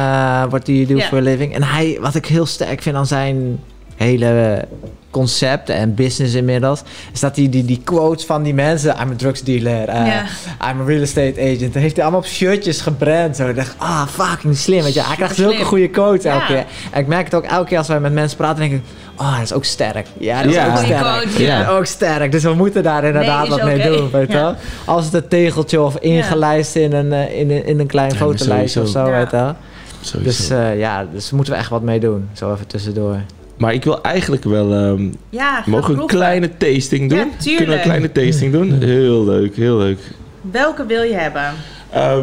S2: What Do You Do
S4: Ja.
S2: for a Living. En hij, wat ik heel sterk vind aan zijn hele concept en business inmiddels, is dat hij die, die quotes van die mensen, I'm a drugs dealer, eh,
S4: Ja.
S2: I'm a real estate agent, dat heeft hij allemaal op shirtjes gebrand. Zo. Ik dacht, ah, fucking slim. Weet je, hij krijgt zulke
S4: Superslim.
S2: goede quotes elke
S4: Ja.
S2: keer. En ik merk het ook elke keer als wij met mensen praten, denk ik, oh, dat is ook sterk. Ja, dat
S3: Ja.
S2: is ook
S3: Goeie
S2: sterk.
S4: quote,
S3: ja.
S2: Dat is ook sterk. Dus we moeten daar inderdaad
S4: is
S2: wat mee
S4: oké.
S2: doen, weet je
S4: Ja.
S2: wel. Als het een tegeltje of ingelijst in een, eh, in, een- in een klein
S3: Ja, maar
S2: fotolijstje of zo,
S4: sowieso.
S2: weet je wel.
S3: Sowieso.
S2: Dus eh, ja, dus daar moeten we echt wat mee doen. Zo even tussendoor.
S3: maar ik wil eigenlijk wel... ehm,
S4: Ja, ga
S3: Mogen we een
S4: proeven.
S3: kleine tasting doen?
S4: Ja, tuurlijk.
S3: Kunnen we een kleine tasting doen? Heel leuk, heel leuk.
S4: Welke wil je hebben?
S3: Ehm,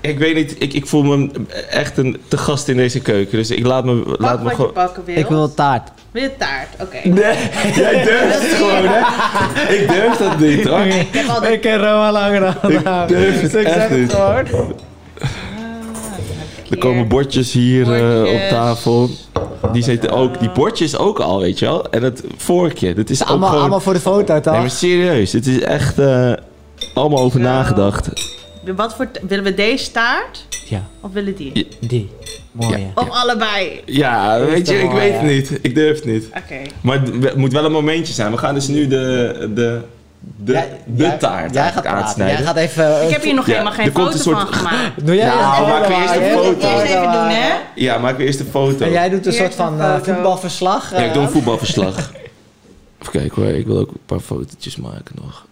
S3: ik weet niet, ik, ik voel me echt een te gast in deze keuken. Dus ik laat me,
S4: Pak
S3: laat me
S4: wat je
S3: gewoon...
S4: pakken wil.
S2: Ik wil taart.
S4: Wil je taart? Oké.
S3: Nee, jij durft het gewoon, hè? Ik durf dat niet, hoor.
S4: Ik heb al de...
S2: Ik ken Roma langer dan
S3: Ik
S2: haar.
S3: durf het
S2: Dus ik zeg
S3: echt niet.
S2: gewoon.
S3: Er komen bordjes hier eh, op
S4: Bordjes.
S3: tafel. Die zitten ook, die bordjes ook al, weet je wel. En het vorkje, dat is ook
S2: Allemaal,
S3: gewoon...
S2: allemaal voor de foto, toch?
S3: Nee, maar serieus, het is echt eh, allemaal over
S4: Zo.
S3: nagedacht.
S4: Wat voor... t- Willen we deze taart?
S2: Ja,
S4: Of willen die?
S3: Ja.
S2: die. Mooie.
S3: Ja.
S4: Of allebei?
S3: Ja,
S2: Is
S3: weet je,
S2: toch
S3: ik
S2: mooi,
S3: weet
S2: hè?
S3: het niet. Ik durf het niet.
S4: Oké.
S3: Maar het we- moet wel een momentje zijn. We gaan dus nu de, de, de,
S2: Jij-
S3: de
S2: jij-
S3: taart
S2: Jij gaat
S3: eigenlijk
S2: praten. Jij
S3: aansnijden.
S2: gaat even... eh,
S4: Ik heb hier nog
S3: Ja,
S4: helemaal
S3: er
S4: geen
S3: komt
S4: foto
S3: een
S4: van
S3: soort-
S4: gemaakt.
S2: Doe jij
S3: Nou,
S2: eerst
S3: maken we
S2: even
S3: eerst een
S2: waar, hè?
S3: foto.
S4: Eerst even doen, hè?
S3: Ja, maken we eerst de foto.
S2: En jij doet een
S4: Eerst
S2: soort van
S4: een
S2: eh,
S4: foto.
S2: voetbalverslag.
S3: Ja, ik doe een
S2: eh.
S3: voetbalverslag. Even kijken hoor, ik wil ook een paar fotootjes maken nog.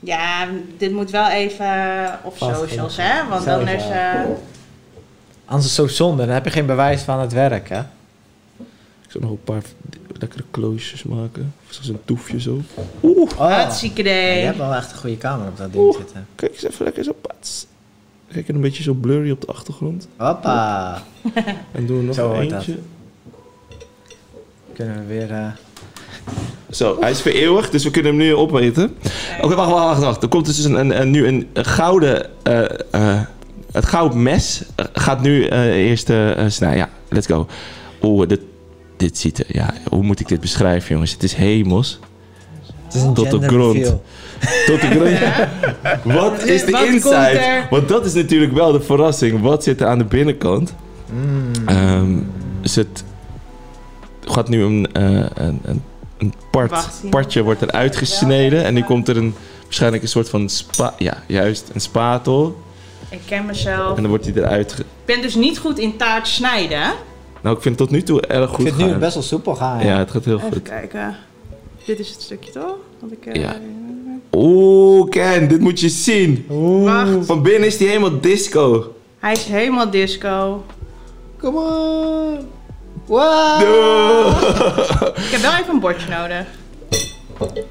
S4: Ja, dit moet wel even eh, op
S2: Vast
S4: socials,
S2: even.
S4: hè? Want dan is...
S2: Sowieso.
S4: eh,
S2: Anders is het zo zonde. Dan heb je geen bewijs van het werk, hè?
S3: Ik zal nog een paar lekkere kloosjes maken. Of zoals een toefje zo.
S2: Oh.
S4: Hartstikke
S2: Ja,
S4: idee.
S2: je hebt wel echt een goede camera op dat ding zitten.
S3: Kijk eens even lekker zo pats. Kijk, en een beetje zo blurry op de achtergrond.
S2: Hoppa.
S3: En doen we nog
S2: Zo
S3: een
S2: hoort dat.
S3: eentje.
S2: Kunnen we weer... eh,
S3: Zo, hij is vereeuwigd, dus we kunnen hem nu opeten. Oké, wacht, wacht, wacht, wacht. Er komt dus een, een, een- nu een gouden... eh, eh, het gouden mes eh, gaat nu eh, eerst eh, eh, snijden. Ja, let's go. Oeh, dit, dit ziet er... Ja, hoe moet ik dit beschrijven, jongens? Het is hemels.
S2: Het is een
S3: Tot de
S2: gender
S3: grond.
S2: reveal.
S3: Tot de grond. Wat is de
S4: Wat komt
S3: inside?
S4: er?
S3: Want dat is natuurlijk wel de verrassing. Wat zit er aan de binnenkant?
S4: Mm.
S3: Ehm, is het gaat nu een, eh, een, een, een part,
S4: Wacht, hier.
S3: partje wordt eruit gesneden. En nu komt er een, waarschijnlijk een soort van spa... Ja, juist. Een spatel.
S4: Ik ken
S3: En
S4: mezelf.
S3: dan wordt die eruit... ge-
S4: Ik ben dus niet goed in taart snijden.
S3: nou, ik vind het tot nu toe erg
S2: Ik
S3: goed
S2: vind het nu
S3: gaan.
S2: best wel soepel gaan. ja.
S3: Ja, het gaat heel
S4: Even
S3: goed.
S4: kijken. Dit is het stukje toch? Want ik, eh,
S3: Ja. Oeh, Ken, dit moet je zien.
S4: Wacht.
S3: Van binnen is die helemaal disco.
S4: Hij is helemaal disco.
S2: Come on. Wow.
S4: Oh. Ik heb wel even een bordje nodig.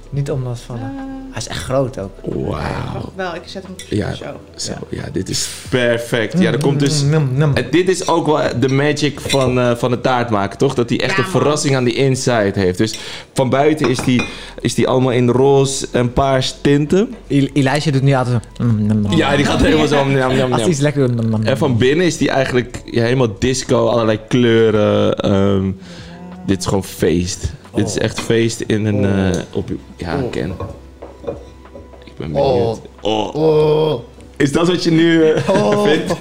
S2: Niet omdat van...
S4: Eh.
S2: Hij is echt groot ook.
S3: Wauw.
S4: Wel, ik zet hem
S3: Oh. Ja,
S4: zo.
S3: Zo, ja, dit is perfect. Ja, er komt dus...
S2: Nom, nom.
S3: En dit is ook wel de magic van, eh, van het taart maken, toch? Dat hij echt
S4: Ja,
S3: een
S4: man.
S3: verrassing aan die inside heeft. Dus van buiten is die, is die allemaal in roze en paars tinten.
S2: El- Elijah doet nu altijd zo... nom, nom, nom.
S3: Ja, die gaat helemaal zo... Njam, njam,
S2: Als hij
S3: njam.
S2: iets lekker doet... nom, nom, nom.
S3: En van binnen is die eigenlijk ja, helemaal disco, allerlei kleuren. ehm, dit is gewoon feest. Dit is echt feest in een...
S2: Oh.
S3: eh, op, ja, Ken. Ik ben benieuwd. Oh. Is dat wat je nu eh, vindt?
S2: Oh.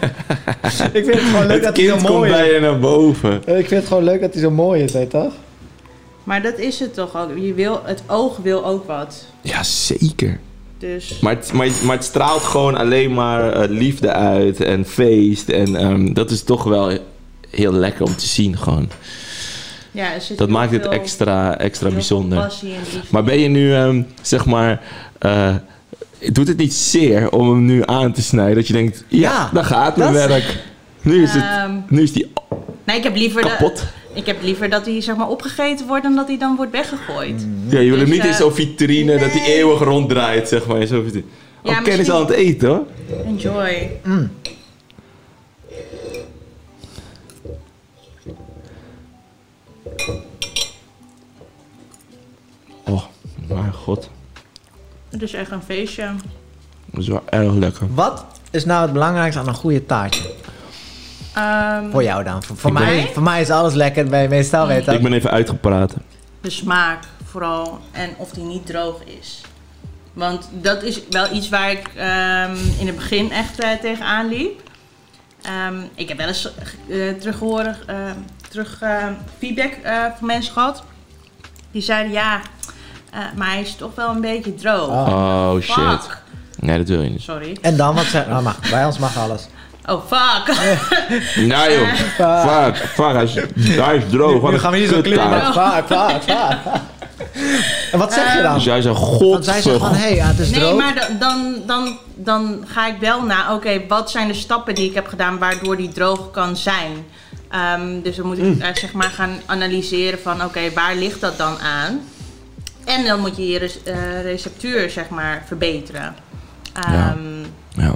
S2: Ik vind het gewoon leuk
S3: Het kind komt bij je naar boven.
S2: Ik vind het gewoon leuk dat hij zo mooi is, weet je toch?
S4: Maar dat is het toch ook. Je wil, het oog wil ook wat.
S3: Ja, zeker.
S4: Dus
S3: Maar het, maar, het- maar het straalt gewoon alleen maar eh, liefde uit en feest. En ehm, dat is toch wel heel lekker om te zien gewoon.
S4: ja, er zit
S3: Dat
S4: heel
S3: maakt het
S4: veel-
S3: extra, extra
S4: heel veel
S3: bijzonder.
S4: passie en liefde.
S3: Maar ben je nu, ehm, zeg maar... eh, doet het niet zeer om hem nu aan te snijden? Dat je denkt, ja,
S2: Ja,
S3: dan gaat mijn
S2: dat is-
S3: werk. Nu is, het,
S4: Ehm,
S3: nu is die
S4: nee, ik heb liever dat-
S3: kapot.
S4: ik heb liever dat hij zeg maar opgegeten wordt dan dat hij dan wordt weggegooid.
S3: Ja, je wil hem
S4: Dus,
S3: niet in
S4: eh,
S3: zo'n vitrine dat hij
S4: nee.
S3: eeuwig ronddraait, zeg maar. in zo'n vitrine.
S4: Ja,
S3: oh, Ken is
S4: misschien-
S3: al aan het eten, hoor.
S4: Enjoy.
S3: Oh, mijn god.
S4: Het is echt een feestje.
S3: Dat is wel erg lekker.
S2: Wat is nou het belangrijkste aan een goede taartje?
S4: Ehm,
S2: Voor jou dan. Voor, voor
S3: Ik
S4: ben-
S2: mij, voor mij is alles lekker bij meestal, weet je
S3: Ik
S2: toch?
S3: ben even uitgepraat.
S4: de smaak vooral en of die niet droog is. Want dat is wel iets waar ik ehm, in het begin echt eh, tegenaan liep. Ehm, ik heb wel eens eh, teruggehoord, eh, terug eh, feedback eh, van mensen gehad. Die zeiden ja, eh, maar hij is toch wel een beetje droog.
S2: Oh,
S3: Oh shit.
S4: Fuck.
S3: Nee, dat wil je niet.
S4: Sorry.
S2: En dan, wat zijn... Oh, mag, bij ons mag alles.
S4: Oh, fuck.
S3: Nou joh.
S4: Eh.
S3: Fuck, fuck. Hij is, hij is droog. Wat
S2: Nu
S3: een
S2: gaan we niet zo
S3: kuttaart.
S2: kleuren. Vaak, vaak, vaak. En wat zeg
S4: Oh.
S2: je dan?
S3: Dus jij zegt,
S2: Want zij zegt van,
S3: godver.
S2: hé, hey, ja, het is
S4: Nee,
S2: droog.
S4: maar dan, dan, dan, dan ga ik wel naar, oké, wat zijn de stappen die ik heb gedaan waardoor die droog kan zijn? Ehm, dus dan moet ik
S3: Mm.
S4: eh, zeg maar gaan analyseren van, oké, waar ligt dat dan aan? En dan moet je je res- eh, receptuur, zeg maar, verbeteren.
S3: Ja.
S4: Ehm,
S3: Ja.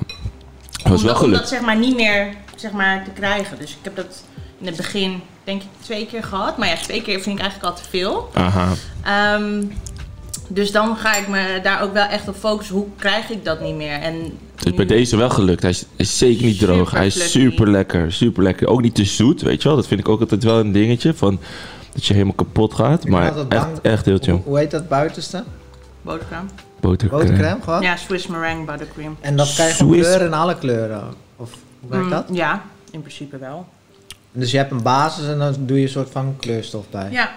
S3: Dat was wel
S4: om, dat- om dat
S3: gelukt.
S4: zeg maar niet meer zeg maar, te krijgen. Dus ik heb dat in het begin denk ik twee keer gehad. Maar ja, twee keer vind ik eigenlijk al te veel.
S3: Aha.
S4: Ehm, dus dan ga ik me daar ook wel echt op focussen. Hoe krijg ik dat niet meer? En
S3: Dus bij deze wel gelukt. Hij is, is zeker niet droog. Hij is
S4: Superfluffy.
S3: super lekker. Super lekker. Ook niet te zoet, weet je wel. Dat vind ik ook altijd wel een dingetje. Van, dat je helemaal kapot gaat. Maar
S2: altijd bang-
S3: echt, echt heel chill.
S2: Hoe- Hoe heet dat buitenste?
S4: boterham.
S3: Botercrème.
S2: Botercream gewoon?
S4: Ja, Swiss meringue buttercream.
S2: En dat krijg je op
S3: Swiss.
S2: kleuren en alle kleuren. Of hoe werkt
S4: Mm,
S2: dat?
S4: Ja, in principe wel.
S2: Dus je hebt een basis en dan doe je een soort van kleurstof bij.
S4: Ja.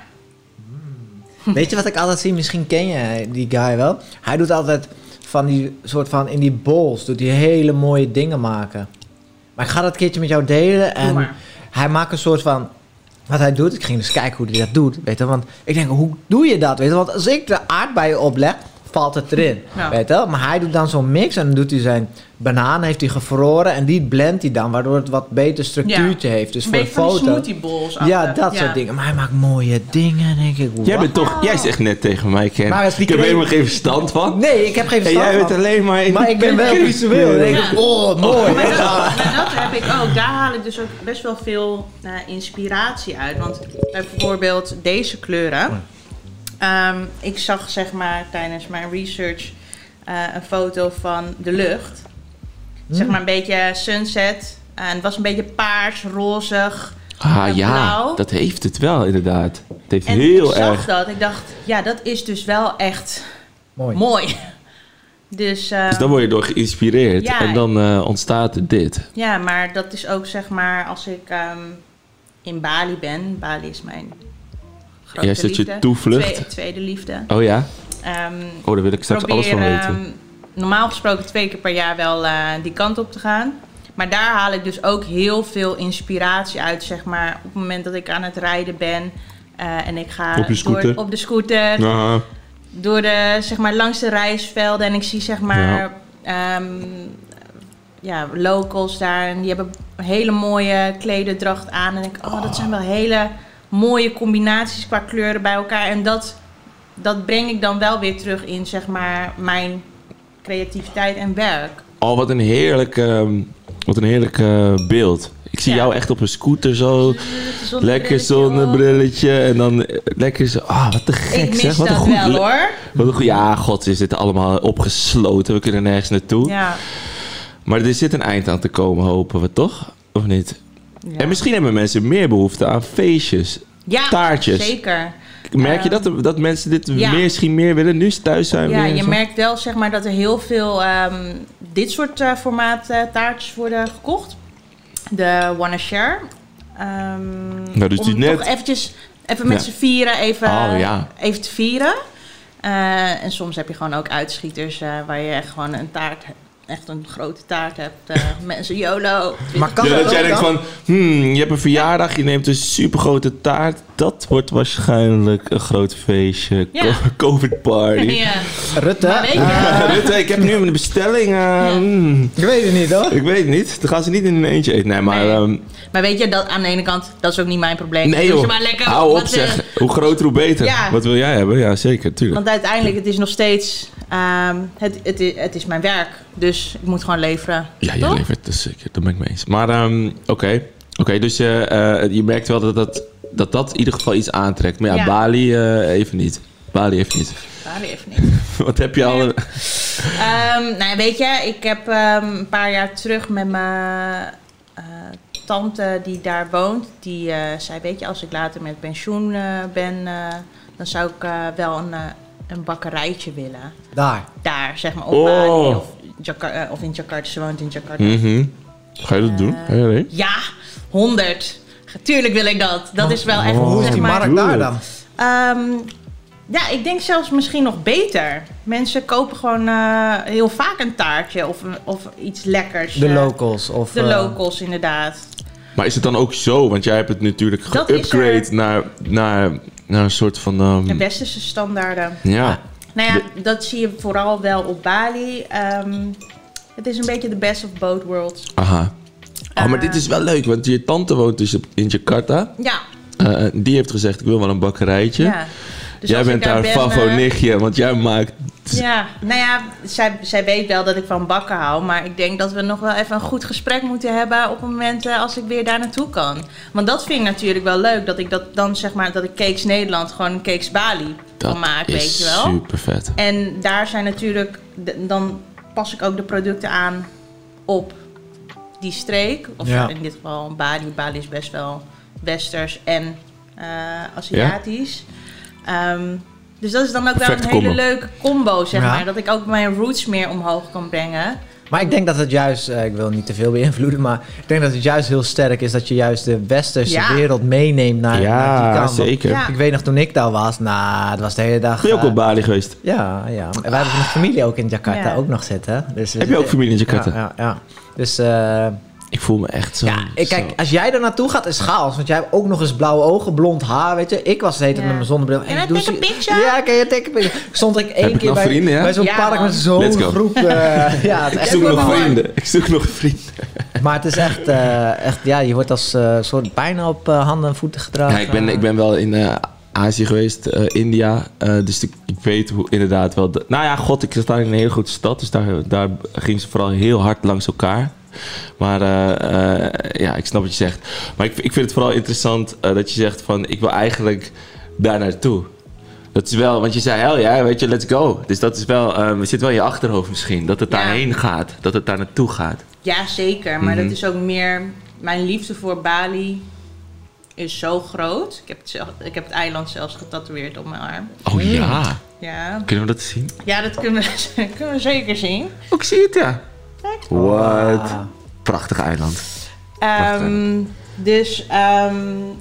S2: Weet je wat ik altijd zie? Misschien ken je die guy wel. Hij doet altijd van die soort van in die bowls. Doet hij hele mooie dingen maken. Maar ik ga dat keertje met jou delen. En
S4: maar.
S2: hij maakt een soort van. Wat hij doet, ik ging dus kijken hoe hij dat doet. Weet je, want ik denk, hoe doe je dat? Weet je, want als ik de aardbeien opleg, valt het erin.
S4: Ja.
S2: Weet je, maar hij doet dan zo'n mix en dan doet hij zijn banaan, heeft hij gevroren en die blendt hij dan, waardoor het wat beter structuurtje heeft. Dus
S4: een
S2: voor de
S4: beetje van die
S2: foto.
S4: smoothie bowls.
S2: Ja,
S4: achter.
S2: dat soort dingen. Maar hij maakt mooie dingen, denk ik.
S3: Jij
S2: wauw.
S3: bent toch... Jij zegt net tegen mij, Ken.
S2: Maar als die
S3: Ik heb
S2: crème-
S3: helemaal geen verstand van.
S2: Nee, ik heb geen
S3: En
S2: verstand
S3: jij bent
S2: van.
S3: alleen maar in
S2: Maar ik ben wel visueel. Dan denk ik, oh, mooi.
S4: Maar dat, maar dat heb ik ook. Daar haal ik dus ook best wel veel eh, inspiratie uit. Want eh, bijvoorbeeld deze kleuren. Ehm, ik zag zeg maar tijdens mijn research eh, een foto van de lucht.
S3: Hmm.
S4: Zeg maar een beetje sunset. Eh, En het was een beetje paars, rozig.
S3: Ah
S4: En
S3: ja,
S4: blauw.
S3: dat heeft het wel inderdaad. Het heeft
S4: Nou, En ik
S3: heel
S4: zag
S3: erg.
S4: dat. Ik dacht, ja, dat is dus wel echt
S2: Mooi.
S4: mooi. Dus, ehm,
S3: Dus dan word je door geïnspireerd
S4: Ja.
S3: en dan eh, ontstaat er dit.
S4: ja, maar dat is ook zeg maar als ik ehm, in Bali ben. Bali is mijn grote
S3: Jij zet je
S4: liefde.
S3: toevlucht?
S4: Tweede, tweede liefde.
S3: Oh ja?
S4: Ehm,
S3: Oh, daar wil ik straks alles van
S4: probeer,
S3: weten.
S4: ehm, normaal gesproken twee keer per jaar wel eh, die kant op te gaan. Maar daar haal ik dus ook heel veel inspiratie uit, zeg maar. Op het moment dat ik aan het rijden ben eh, en ik ga
S3: Op je scooter.
S4: Door, op de scooter,
S3: Ja.
S4: door de, zeg maar, langs de rijstvelden. En ik zie, zeg maar, ehm, ja, locals daar. En die hebben een hele mooie klederdracht aan. En ik, oh, dat zijn wel hele mooie combinaties qua kleuren bij elkaar. En dat, dat breng ik dan wel weer terug in, zeg maar, mijn creativiteit en werk.
S3: Oh, wat een heerlijk, ehm, wat een heerlijk eh, beeld. Ik zie
S4: Ja.
S3: jou echt op een scooter zo.
S4: Zonnebrilletje,
S3: Lekker zonnebrilletje. En dan eh, lekker zo. Ah, wat te gek
S4: Ik mis
S3: zeg. Wat
S4: dat
S3: een goed
S4: wel,
S3: le-
S4: hoor.
S3: Wat een goed, ja, god, we zitten allemaal opgesloten. We kunnen nergens naartoe.
S4: Ja.
S3: Maar er zit een eind aan te komen, hopen we toch? Of niet?
S4: Ja.
S3: En misschien hebben mensen meer behoefte aan feestjes.
S4: Ja,
S3: taartjes.
S4: zeker.
S3: Merk je
S4: Ehm,
S3: dat, dat mensen dit
S4: ja.
S3: meer, misschien meer willen nu ze thuis zijn?
S4: Ja,
S3: weer en
S4: je
S3: zo?
S4: merkt wel zeg maar, dat er heel veel ehm, dit soort eh, formaat eh, taartjes worden gekocht. De Wanna Share. Ehm
S3: Nou, dus
S4: om
S3: die net-
S4: toch eventjes, even met
S3: Ja.
S4: z'n vieren, even,
S3: Oh, ja.
S4: even te vieren. Eh, en soms heb je gewoon ook uitschieters eh, waar je echt gewoon een taart hebt. Echt een grote taart hebt. eh, mensen, YOLO.
S2: Maar kan
S3: Ja,
S2: dat
S3: dat jij
S2: ook
S3: denkt
S2: dan?
S3: van, hmm, je hebt een verjaardag, je neemt een supergrote taart. Dat wordt waarschijnlijk een groot feestje.
S4: Ja.
S3: Covid party.
S4: Ja.
S2: Rutte?
S3: Ah.
S4: Maar weet je-
S2: eh,
S3: Rutte, ik heb nu een bestelling. eh, hmm,
S2: ik weet het niet hoor.
S3: ik weet het niet. Dan gaan ze niet in hun eentje eten. Nee, maar...
S4: Nee.
S3: ehm,
S4: Maar weet je, dat, aan de ene kant, dat is ook niet mijn probleem.
S3: nee
S4: Doe ze
S3: joh,
S4: maar lekker.
S3: hou op
S4: wat, eh,
S3: zeg. Hoe groter, hoe beter.
S4: Ja.
S3: Wat wil jij hebben? Ja, zeker, tuurlijk.
S4: Want uiteindelijk, het is nog steeds... ehm, het, het, i- het is mijn werk. Dus ik moet gewoon leveren.
S3: Ja, je
S4: Toch?
S3: levert dus zeker. Daar ben ik mee eens. Maar ehm, oké. Oké, dus eh, eh, je merkt wel dat dat, dat dat in ieder geval iets aantrekt. Maar ja,
S4: Ja.
S3: Bali eh, even niet. Bali even niet.
S4: Waar even Nou, niet.
S3: Wat heb je al...
S4: Nee. Ehm, nou, weet je, ik heb ehm, een paar jaar terug met mijn eh, tante die daar woont. Die eh, zei, weet je, als ik later met pensioen eh, ben... eh, dan zou ik eh, wel een, eh, een bakkerijtje willen.
S2: Daar.
S4: Daar, zeg maar, op
S3: Oh.
S4: Bali of, Jakar- eh, of in Jakarta. Ze woont in Jakarta.
S3: Mhm. Ga je dat doen? Ga je erheen?
S4: Ja, 100. Tuurlijk wil ik dat. Dat is wel echt...
S3: Oh.
S2: Hoe is
S4: zeg
S2: die
S4: maar,
S2: markt daar dan?
S4: Ehm, ja, ik denk zelfs misschien nog beter. Mensen kopen gewoon eh, heel vaak een taartje of, een- of iets lekkers.
S2: De
S4: eh,
S2: locals? Of,
S4: De
S2: eh,
S4: locals, inderdaad.
S3: Maar is het dan ook zo? Want jij hebt het natuurlijk
S4: Dat is
S3: geüpgrade
S4: er.
S3: naar, naar, naar een soort van... ehm,
S4: De westerse standaarden.
S3: ja.
S4: Nou ja, dat zie je vooral wel op Bali. Ehm, het is een beetje de best of both worlds.
S3: Aha. Oh, maar
S4: Eh.
S3: dit is wel leuk, want je tante woont dus op- in Jakarta.
S4: Ja,
S3: Eh, die heeft gezegd, ik wil wel een bakkerijtje.
S4: ja. Dus
S3: jij
S4: als ik
S3: bent
S4: daar
S3: haar
S4: ben,
S3: favo
S4: eh,
S3: nichtje, want jij maakt...
S4: Ja, nou ja, zij, zij weet wel dat ik van bakken hou. Maar ik denk dat we nog wel even een goed gesprek moeten hebben op het moment eh, als ik weer daar naartoe kan. Want dat vind ik natuurlijk wel leuk. Dat ik dat dan zeg maar, dat ik Cakes Nederland gewoon een Cakes Bali
S3: Dat
S4: kan maken,
S3: is
S4: weet je wel.
S3: super vet.
S4: En daar zijn natuurlijk, d- dan pas ik ook de producten aan op die streek. Of
S2: Ja.
S4: in dit geval Bali. Bali is best wel westers en eh, Aziatisch. Ehm, dus dat is dan ook
S3: Perfecte
S4: wel een hele
S3: combo.
S4: leuke combo, zeg
S2: Ja.
S4: maar. Dat ik ook mijn roots meer omhoog kan brengen.
S2: Maar ik denk dat het juist, eh, ik wil niet te veel beïnvloeden, maar ik denk dat het juist heel sterk is dat je juist de westerse
S4: Ja.
S2: wereld meeneemt naar, naar die
S3: ja,
S2: kant. Want
S3: zeker.
S4: Ja.
S2: Ik weet nog toen ik daar was, nou, het was de hele dag.
S3: Ben je ook
S2: eh,
S3: op Bali geweest?
S2: ja, ja. En wij hebben nog familie ook in Jakarta
S4: Ja.
S2: ook nog zitten. Dus we
S3: Heb je ook
S2: zitten-
S3: familie in Jakarta?
S2: Ja, ja, ja. Dus eh,
S3: Ik voel me echt zo...
S2: ja, ik,
S3: Mm, zo-
S2: kijk, als jij er naartoe gaat, is chaos. Want jij hebt ook nog eens blauwe ogen, blond haar, weet je. Ik was de hele tijd
S4: Ja.
S2: met mijn zonnebril.
S4: Can I
S2: doe
S4: take a
S2: ze-
S4: picture?
S2: Ja, kan je take a picture? Stond ik één
S3: ik
S2: keer
S3: nog
S2: bij,
S3: vrienden, ja?
S2: bij zo'n
S4: Ja,
S2: park
S4: man.
S2: met zo'n
S3: Let's go.
S2: groep. eh, ja, het is
S3: Ik
S2: echt
S3: zoek
S2: wel
S3: nog
S2: mooi.
S3: vrienden. Ik zoek nog vrienden.
S2: Maar het is echt, eh, echt ja, je wordt als eh, soort bijna op eh, handen en voeten gedragen.
S3: Ja, ik, ben, ik ben wel in eh, Azië geweest, eh, India. eh, dus ik, ik weet hoe, inderdaad wel. dat- nou ja, god, ik zat daar in een hele grote stad. Dus daar, daar gingen ze vooral heel hard langs elkaar. Maar eh, eh, ja, ik snap wat je zegt. Maar ik, ik vind het vooral interessant eh, dat je zegt van... ik wil eigenlijk daar naartoe. Dat is wel, want je zei, hell ja, weet je, let's go. Dus dat is wel, ehm, het zit wel in je achterhoofd misschien. Dat het
S4: Ja.
S3: daarheen gaat. Dat het daar naartoe gaat.
S4: Ja, zeker. Maar
S3: Mhm.
S4: dat is ook meer... Mijn liefde voor Bali is zo groot. Ik heb het, zelf, ik heb het eiland zelfs getatoeëerd op mijn arm.
S3: Oh ja.
S4: Ja,
S3: Kunnen we dat zien?
S4: ja dat kunnen we, kunnen we zeker zien.
S3: Ook zie je het, ja.
S4: Kijk.
S3: Wat. Prachtig eiland. Prachtig.
S4: Ehm, dus ehm,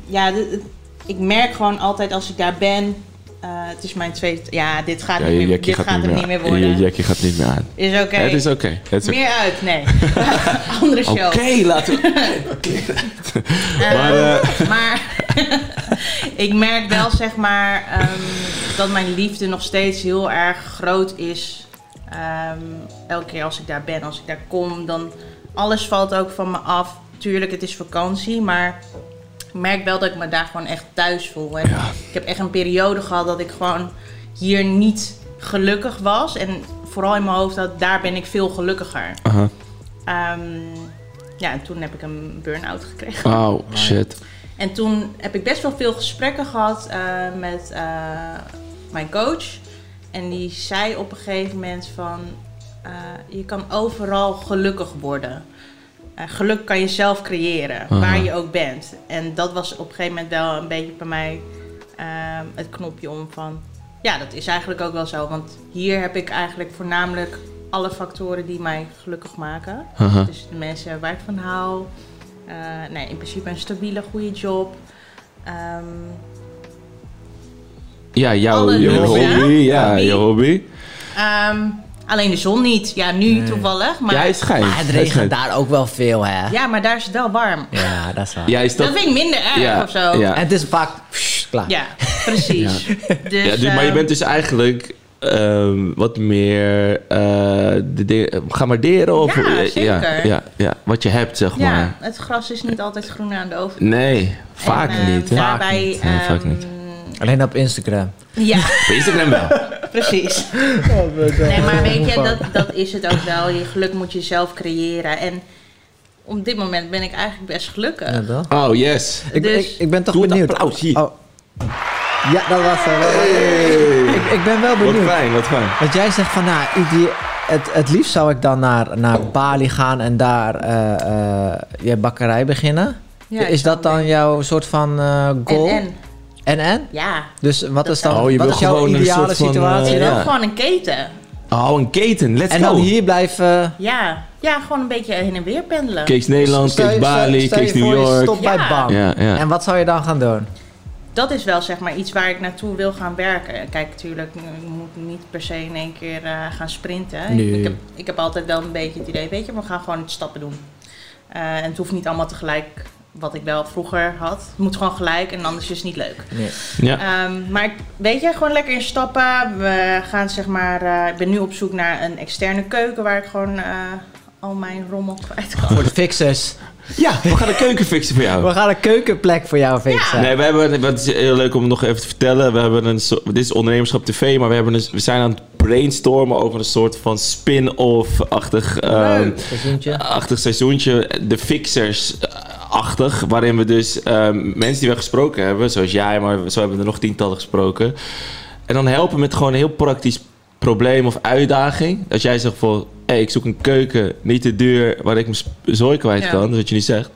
S4: ja, dit- het- ik merk gewoon altijd als ik daar ben... eh, het is mijn tweede... Ja, dit gaat,
S3: Ja,
S4: niet
S3: je
S4: meer,
S3: jackie
S4: dit
S3: gaat,
S4: gaat hem niet meer
S3: aan.
S4: worden.
S3: Je jackie gaat niet meer aan.
S4: Is oké.
S3: Het is oké. Het is oké.
S4: Meer uit, nee. Andere show.
S3: Oké, laten we...
S4: Eh,
S3: Maar,
S4: maar ik merk wel, zeg maar, ehm, dat mijn liefde nog steeds heel erg groot is. Ehm, elke keer als ik daar ben, als ik daar kom, dan alles valt ook van me af. Tuurlijk, het is vakantie, maar ik merk wel dat ik me daar gewoon echt thuis voel. En Ik heb echt een periode gehad dat ik gewoon hier niet gelukkig was. En vooral in mijn hoofd had, daar ben ik veel gelukkiger.
S3: Aha.
S4: Ehm, ja, en toen heb ik een burn-out gekregen.
S3: Oh, shit.
S4: En toen heb ik best wel veel gesprekken gehad eh, met eh, mijn coach. En die zei op een gegeven moment van... eh, je kan overal gelukkig worden. Eh, geluk kan je zelf creëren,
S3: Aha.
S4: waar je ook bent. En dat was op een gegeven moment wel een beetje bij mij ehm, het knopje om van... Ja, dat is eigenlijk ook wel zo. Want hier heb ik eigenlijk voornamelijk alle factoren die mij gelukkig maken.
S3: Aha.
S4: Dus de mensen waar ik van hou. Eh, nee, in principe een stabiele, goede job. Ehm,
S3: Ja, jouw
S4: Alle
S3: je
S4: liefde.
S3: hobby. Ja,
S4: Hobby.
S3: je hobby.
S4: ehm, alleen de zon niet. Ja, nu toevallig. Maar,
S3: Jij schijnt.
S2: Maar Ah, het
S3: Hij schijnt.
S2: regent daar ook wel veel, hè?
S4: Ja, maar daar is het wel warm.
S2: Ja, dat is waar.
S3: Ja, is
S4: Dat
S3: dat...
S4: vind ik minder erg
S3: Ja,
S4: of zo.
S3: ja.
S2: En het is vaak pssst, klaar.
S4: Ja, precies. Dus,
S3: Ja, dus, maar je
S4: ehm,
S3: bent dus eigenlijk ehm, wat meer eh, de dingen- gaan waarderen of
S4: Ja,
S3: eh, Ja,
S4: zeker.
S3: ja, ja, wat je hebt zeg
S4: Ja,
S3: maar.
S4: het gras is niet altijd groen aan de overkant.
S3: Nee, vaak
S4: En, ehm,
S3: niet. hè?
S4: Daarbij,
S3: vaak niet. Nee, vaak
S4: ehm,
S3: niet.
S2: Alleen op Instagram.
S4: Ja,
S3: Op Instagram wel.
S4: precies. Nee, maar weet je, dat, dat is het ook wel. Je geluk moet je zelf creëren. En op dit moment ben ik eigenlijk best gelukkig.
S2: Ja, dat.
S3: Oh yes.
S2: Ik,
S4: Dus-
S2: ik, ik ben toch
S3: Doe het
S2: benieuwd.
S3: applaus hier.
S2: Oh. Ja, dat was het. Ik, ik ben wel
S3: Wat
S2: benieuwd.
S3: fijn, wat fijn.
S2: Want jij zegt van, nou, idee- het, het liefst zou ik dan naar, naar Bali gaan en daar eh, eh, je bakkerij beginnen.
S4: Ja, ik
S2: is
S4: zou
S2: dat dan jouw soort van eh, goal?
S4: En, en
S2: En en?
S4: ja.
S2: Dus wat is dan
S3: Oh, je
S2: wat
S3: wil
S2: is jouw
S3: gewoon een
S2: ideale
S3: soort van,
S2: situatie?
S4: Je
S3: eh,
S4: wil
S3: ja.
S4: gewoon een keten.
S3: Oh, een keten. Let's
S2: en
S3: go.
S2: dan hier blijven.
S4: Ja. ja, gewoon een beetje heen en weer pendelen.
S3: Kees Nederland,
S2: Stel
S3: Kees
S2: je-
S3: Bali,
S2: stel je
S3: Kees
S2: voor,
S3: New
S2: je
S3: York.
S2: Stopt bij
S4: Ja.
S2: Bam.
S3: Ja, ja.
S2: En wat zou je dan gaan doen?
S4: Dat is wel zeg maar iets waar ik naartoe wil gaan werken. Kijk, natuurlijk, ik moet niet per se in één keer eh, gaan sprinten. Ik-
S2: Nee.
S4: Ik, heb, ik heb altijd wel een beetje het idee, weet je, we gaan gewoon stappen doen. Eh, en het hoeft niet allemaal tegelijk wat ik wel vroeger had. Het moet gewoon gelijk en anders is het niet leuk.
S2: Nee.
S3: Ja.
S4: Ehm, maar ik- weet je, gewoon lekker in stappen. We gaan zeg maar, eh, ik ben nu op zoek naar een externe keuken waar ik gewoon eh, al mijn rommel kwijt kan.
S2: Voor de fixers.
S3: ja, we gaan de keuken fixen voor jou.
S2: We gaan een keukenplek voor jou fixen.
S3: Nee, we hebben, wat is heel leuk om nog even te vertellen. We hebben een, soort- dit is ondernemerschap TV, maar we, hebben een, we zijn aan het brainstormen over een soort van spin-off-achtig ehm,
S2: Seizoentje.
S3: achtig seizoentje. De Fixers-achtig, waarin we dus ehm, mensen die we gesproken hebben, zoals jij, maar zo hebben we er nog tientallen gesproken. En dan helpen met gewoon een heel praktisch probleem of uitdaging. Als jij zegt van, hey, ik zoek een keuken, niet te duur, waar ik mijn sp- zooi kwijt
S4: Ja.
S3: kan. Dus wat je nu zegt,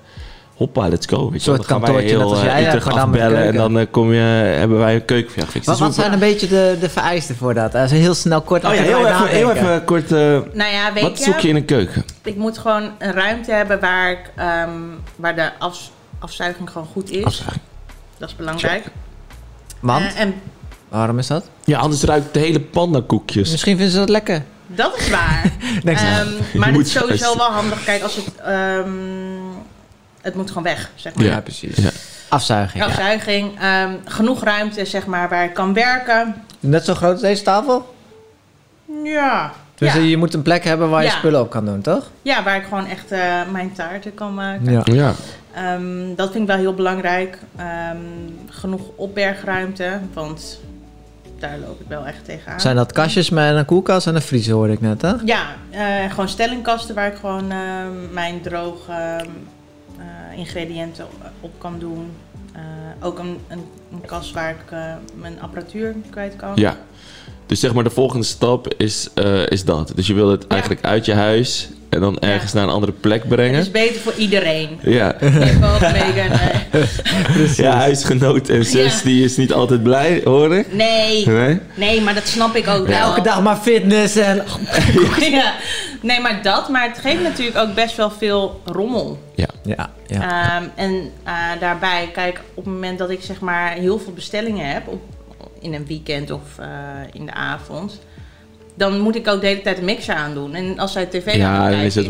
S3: hoppa, let's go. Weet je wel.
S2: soort
S3: Dan gaan wij
S2: kantoortje,
S3: heel
S2: net als
S3: eh,
S2: jij hebt,
S3: Utrecht
S2: maar dan met
S3: afbellen en
S2: keuken.
S3: dan eh, kom je, hebben wij een keuken voor jou gefixt.
S2: Wat,
S3: Dus
S2: wat zijn een beetje de, de vereisten voor dat? Als we heel snel kort
S3: hoe- oh ja,
S2: achter
S3: heel
S2: elkaar
S3: even, heel
S2: nadenken.
S3: even kort, eh,
S4: Nou ja, weet
S3: wat zoek je in een keuken?
S4: ik moet gewoon een ruimte hebben waar, ik, ehm, waar de afs- afzuiging gewoon goed is.
S3: Afzuiging.
S4: Dat is belangrijk.
S2: Want,
S4: Eh, en
S2: waarom is dat?
S3: Ja, anders ruikt het de hele pandakoekjes.
S2: Misschien vinden ze dat lekker.
S4: dat is waar.
S2: Niks aan.
S4: Ehm, maar
S3: Je
S4: het is
S3: moet-
S4: sowieso wel handig. Kijk, als het... ehm, het moet gewoon weg, zeg maar.
S3: Ja,
S2: precies.
S3: Ja.
S2: Afzuiging. ja.
S4: Afzuiging. ehm, genoeg ruimte, zeg maar, waar ik kan werken.
S2: Net zo groot als deze tafel?
S4: Ja.
S2: Dus
S4: ja.
S2: je moet een plek hebben waar je
S4: Ja.
S2: spullen op kan doen, toch?
S4: Ja, waar ik gewoon echt eh, mijn taarten kan maken.
S3: ja.
S4: Ehm, dat vind ik wel heel belangrijk. Ehm, genoeg opbergruimte, want daar loop ik wel echt tegenaan.
S2: Zijn dat kastjes met een koelkast en een vriezer, hoorde ik net, hè?
S4: Ja, eh, gewoon stellingkasten waar ik gewoon ehm, mijn droge ehm, eh, ingrediënten op kan doen. Eh, ook een, een, een kast waar ik eh, mijn apparatuur kwijt kan.
S3: Ja. Dus zeg maar de volgende stap is, eh, is dat. Dus je wil het eigenlijk uit je huis en dan ergens naar een andere plek
S4: Het
S3: brengen.
S4: is beter voor iedereen.
S3: Ja.
S4: Ik ook Megan. eh,
S3: ja, huisgenoot en zus
S4: Ja.
S3: die is niet altijd blij, hoor ik.
S4: Nee,
S3: Nee?
S4: nee, maar dat snap ik ook wel.
S2: Elke dag maar fitness en...
S4: Ja. Nee, maar dat. Maar het geeft natuurlijk ook best wel veel rommel.
S3: Ja.
S2: Ja, ja.
S4: Ehm, en eh, daarbij, kijk, op het moment dat ik zeg maar heel veel bestellingen heb, op, in een weekend of eh, in de avond, dan moet ik ook de hele tijd een mixer aandoen. En als zij tv aan
S3: Ja, dan
S4: kijken
S3: is het...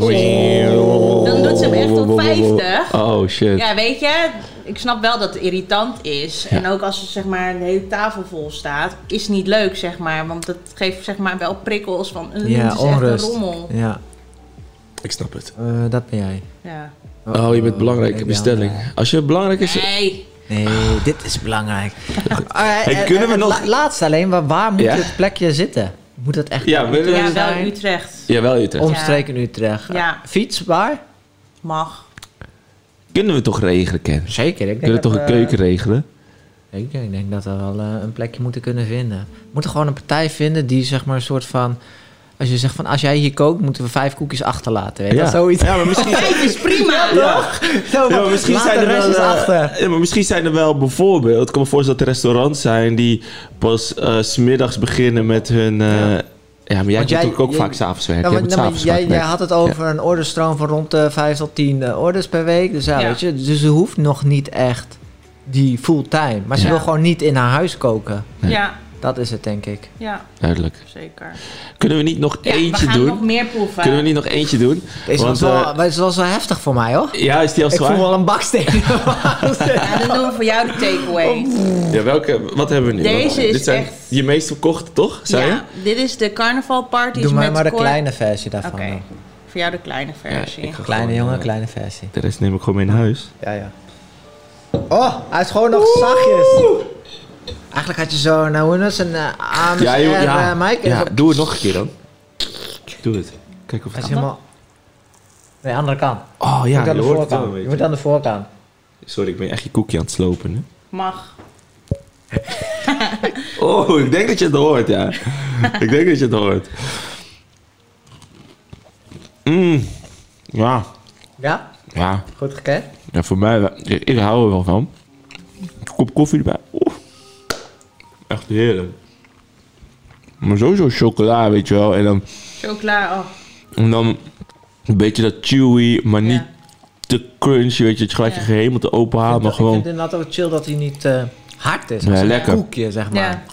S4: Dan doet ze hem echt op 50.
S3: Oh, shit.
S4: Ja, weet je, ik snap wel dat het irritant is.
S3: Ja.
S4: En ook als er zeg maar de hele tafel vol staat, is niet leuk, zeg maar. Want dat geeft zeg maar wel prikkels van, eh,
S2: Ja,
S4: het is echt
S2: onrust.
S4: een rommel.
S2: Ja,
S3: Ik snap het.
S2: eh, dat ben jij.
S4: Ja.
S3: Oh, je bent belangrijk in
S2: ik ben-
S3: bestelling. Als je belangrijk is...
S4: Nee,
S2: Nee, dit is belangrijk. Eh,
S3: Hey, kunnen we nog-
S2: Laatst alleen, maar waar moet
S3: Ja?
S2: het plekje zitten? Moet dat echt...
S3: Ja, we-
S4: ja, wel
S2: zijn.
S4: in Utrecht.
S3: Jawel, Utrecht.
S2: Omstreken Utrecht.
S4: Ja.
S2: Fiets, waar?
S4: Mag.
S3: Kunnen we toch regelen, Ken?
S2: Zeker. Ik
S3: Kunnen we
S2: denk
S3: toch
S2: dat,
S3: een
S2: eh,
S3: keuken regelen?
S2: Ik denk, ik denk dat we wel eh, een plekje moeten kunnen vinden. We moeten gewoon een partij vinden die zeg maar een soort van... Als je zegt van, als jij hier kookt, moeten we vijf koekjes achterlaten. Weet je
S3: Ja.
S2: wel, zoiets.
S3: Ja, maar misschien...
S4: Kijk, is prima.
S3: Ja.
S2: Zo,
S3: Ja, maar misschien
S2: laat
S3: zijn
S2: de
S3: er wel.
S2: restjes
S3: eh,
S2: achter.
S3: ja, maar misschien zijn er wel bijvoorbeeld. Ik kan me voorstellen dat er restaurants zijn die pas eh, 's smiddags beginnen met hun. eh, ja. maar jij
S2: Want
S3: moet
S2: jij-
S3: natuurlijk ook
S2: jij-
S3: vaak s'avonds
S2: Ja,
S3: werken.
S2: maar-
S3: jij moet
S2: nou, maar
S3: s'avonds
S2: jij,
S3: vaak
S2: jij
S3: werken.
S2: had het over een orderstroom van rond de 5 tot 10 eh, orders per week. Dus, ja,
S4: Ja.
S2: Weet je, dus ze hoeft nog niet echt die fulltime. Maar ze
S4: Ja.
S2: wil gewoon niet in haar huis koken.
S3: Nee.
S4: Ja,
S2: Dat is het, denk ik.
S4: ja,
S3: Duidelijk.
S4: zeker.
S3: Kunnen we niet nog
S4: Ja,
S3: eentje
S4: we gaan
S3: doen?
S4: nog meer proeven.
S3: Kunnen we niet nog eentje doen?
S2: Deze
S3: Want,
S2: was, wel,
S3: eh,
S2: deze was wel heftig voor mij, hoor.
S3: ja, is die al
S2: Ik voel
S3: zwaar?
S2: wel een baksteen.
S4: Ja, dan doen we voor jou de takeaway.
S3: Oh, Ja, welke? Wat hebben we nu?
S4: Deze is
S3: Dit zijn
S4: echt-
S3: je meest verkochte, toch? Zei
S4: Ja, dit is de carnaval parties
S2: Doe mij
S4: Dus met
S2: maar de
S4: kor-
S2: kleine eh. versie daarvan.
S4: Oké,
S2: dan.
S4: voor jou de kleine
S3: je? Ja,
S4: versie.
S3: ik ga
S2: Kleine
S3: gewoon,
S2: jongen,
S3: eh,
S2: kleine versie.
S3: De rest neem ik gewoon mee naar huis.
S2: Ja, ja. Oh, hij is gewoon nog zachtjes. Eigenlijk had je zo, nou hoe is het, een eh, AMSR,
S3: Ja, joh,
S2: eh, Mike. En
S3: ja,
S2: zo-
S3: doe het nog een keer dan. Doe het. Kijk of
S2: Hij
S3: het
S2: is
S3: kan.
S2: helemaal... Nee, andere kant.
S3: Oh
S2: Je
S3: ja,
S2: moet aan
S3: je
S2: de
S3: hoort het wel
S2: voorkant.
S3: een
S2: Je
S3: beetje.
S2: moet aan de voorkant.
S3: Sorry, ik ben echt je koekje aan het slopen nu.
S4: Mag.
S3: Oh, ik denk dat je het hoort, ja. ik denk dat je het hoort. Mm. Ja,
S2: Ja?
S3: ja.
S2: Goed gekend?
S3: ja, voor mij, wel. ik, ik hou er wel van. Een kop koffie erbij. Oeh. Echt heerlijk. Maar sowieso chocola, weet je wel. En dan,
S4: Chocola, oh.
S3: en dan een beetje dat chewy, maar niet te crunchy, weet je. Dat je gelijk je
S4: Ja.
S3: gehemelte open haalt, maar
S2: Ik vind
S3: gewoon...
S2: het inderdaad ook chill dat hij niet eh, hard is.
S3: Ja,
S2: Als een
S3: lekker.
S2: koekje, zeg maar.
S4: Ja.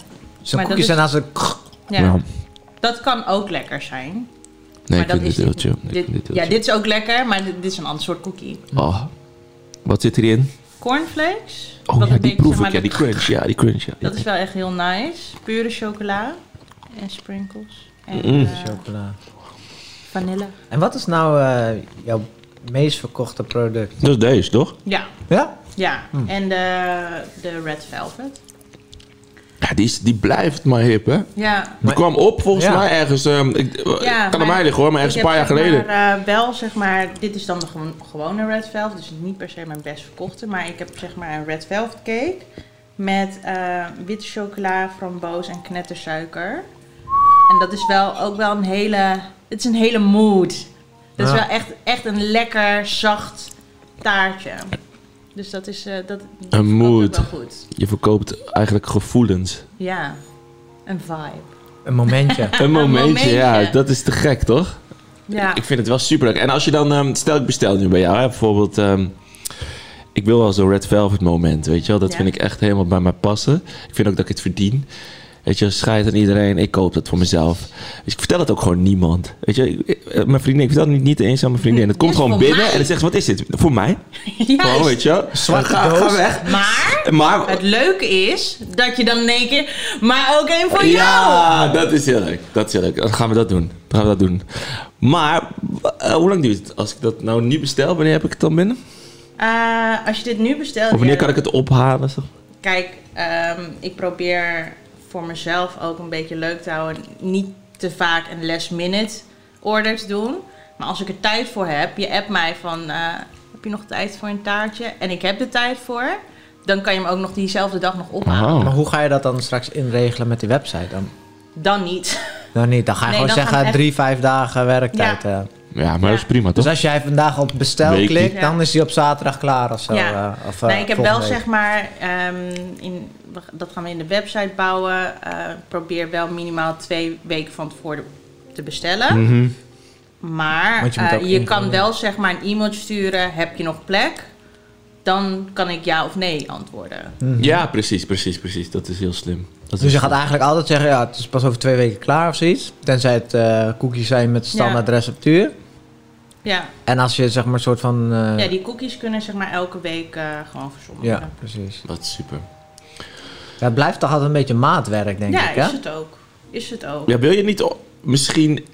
S2: Zo'n
S4: Maar
S2: koekjes
S4: dat is-
S2: zijn als een... krrr.
S4: Ja.
S3: Ja.
S4: dat kan ook lekker zijn.
S3: Nee,
S4: maar
S3: ik vind
S4: dat
S3: dit
S4: is
S3: heel
S4: niet-
S3: chill. Ik
S4: dit-
S3: vind dit heel
S4: ja,
S3: chill.
S4: dit is ook lekker, maar dit, dit is een ander soort cookie.
S3: Oh. Wat zit hierin?
S4: Cornflakes.
S3: Oh
S4: dat
S3: ja,
S4: een
S3: die
S4: beetje,
S3: proef
S4: maar
S3: ik. Ja, die crunch. Ja, die crunch. Ja.
S4: Dat is wel echt heel nice. Pure chocola. En sprinkles. En
S3: Mm.
S4: eh,
S2: Chocola.
S4: vanille.
S2: En wat is nou eh, jouw meest verkochte product?
S3: Dat is deze, toch?
S4: Ja,
S2: Ja?
S4: ja. En de, de red velvet.
S3: Ja, die, is, die blijft maar hip, hè? Die
S4: Ja,
S2: Maar-
S3: kwam op volgens
S2: Ja.
S3: mij ergens... ehm, ik,
S4: Ja,
S3: kan aan
S4: maar
S3: mij liggen hoor, maar
S4: ik
S3: ergens een
S4: heb
S3: paar jaar
S4: zeg
S3: geleden.
S4: Maar, eh, wel zeg maar, dit is dan de gewo- gewone red velvet, dus niet per se mijn best verkochte. Maar ik heb zeg maar een red velvet cake met eh, witte chocola, framboos en knettersuiker. En dat is wel ook wel een hele, het is een hele mood. Dat is
S2: Ja.
S4: wel echt, echt een lekker zacht taartje. Dus dat is, eh, dat, dat
S3: Een
S4: verkoopt ook
S3: mood.
S4: wel goed.
S3: Je verkoopt eigenlijk gevoelens.
S4: Ja, een vibe.
S2: Een momentje.
S3: Een momentje,
S4: momentje.
S3: ja. Dat is te gek, toch?
S4: Ja,
S3: Ik vind het wel super leuk. En als je dan... ehm, stel, ik bestel nu bij jou, hè, bijvoorbeeld... ehm, ik wil wel zo'n Red Velvet moment, weet je wel? Dat
S4: Ja.
S3: vind ik echt helemaal bij mij passen. Ik vind ook dat ik het verdien. Weet je, schijt aan iedereen. Ik koop dat voor mezelf. Dus ik vertel het ook gewoon niemand. Weet je, ik- ik- eh, mijn vriendin, ik vertel het niet- niet eens aan mijn vriendin. Het komt
S4: Dit is
S3: gewoon
S4: voor
S3: binnen
S4: mij.
S3: en dan zegt ze, wat is dit? Voor mij?
S4: juist.
S3: Gewoon, weet je wel? Ga- ga weg.
S4: Maar
S3: Maar...
S4: Het leuke is dat je dan in één keer, maar ook één voor jou.
S3: Ja, dat is heel leuk. Dat is heel leuk. Dan gaan we dat doen. Dan gaan we dat doen. Maar, eh, hoe lang duurt het? Als ik dat nou nu bestel, wanneer heb ik het dan binnen?
S4: Eh, als je dit nu bestelt,
S3: Of wanneer
S4: ja,
S3: kan ik het ophalen? zeg?
S4: kijk, ehm, ik probeer voor mezelf ook een beetje leuk te houden, niet te vaak een last minute order te doen. Maar als ik er tijd voor heb, je appt mij van, eh, heb je nog tijd voor een taartje? En ik heb er tijd voor. dan kan je hem ook nog diezelfde dag nog ophalen.
S2: Maar
S3: Wauw.
S2: hoe ga je dat dan straks inregelen met die website dan?
S4: Dan niet.
S2: Nou niet, dan ga je
S4: Nee,
S2: gewoon
S4: dan gaan
S2: zeggen
S4: we echt-
S2: drie, vijf dagen werktijd. eh.
S3: Ja, maar dat is prima, toch?
S2: Dus als jij vandaag op bestel
S3: Weekly.
S2: klikt,
S4: Ja.
S2: dan is die op zaterdag klaar of zo.
S4: Ja.
S2: eh, of, eh,
S4: nee, ik heb wel
S2: volgende week.
S4: zeg maar, ehm, in, we- dat gaan we in de website bouwen. Eh, probeer wel minimaal twee weken van tevoren te bestellen.
S3: Mhm.
S4: Maar
S2: Hmm. Want je moet
S4: eh,
S2: ook
S4: je
S2: invullen.
S4: kan wel zeg maar een e-mailtje sturen. Heb je nog plek? Dan kan ik ja of nee antwoorden.
S2: Hmm.
S3: Ja, precies, precies, precies. Dat is heel slim. Dat is
S2: Mhm. Dus je
S3: heel
S2: gaat eigenlijk altijd zeggen, ja, het is pas over twee weken klaar of zoiets. Tenzij het eh cookies zijn met standaard receptuur.
S4: Ja,
S2: En als je zeg maar een soort van... eh,
S4: ja die cookies kunnen zeg maar elke week eh, gewoon verzonderen.
S2: ja, precies.
S3: slim. Wat super.
S2: Ja, het blijft toch altijd een beetje maatwerk, denk
S4: Ja,
S2: ik, hè?
S4: is het ook. Is het ook.
S3: Ja, wil je niet o- misschien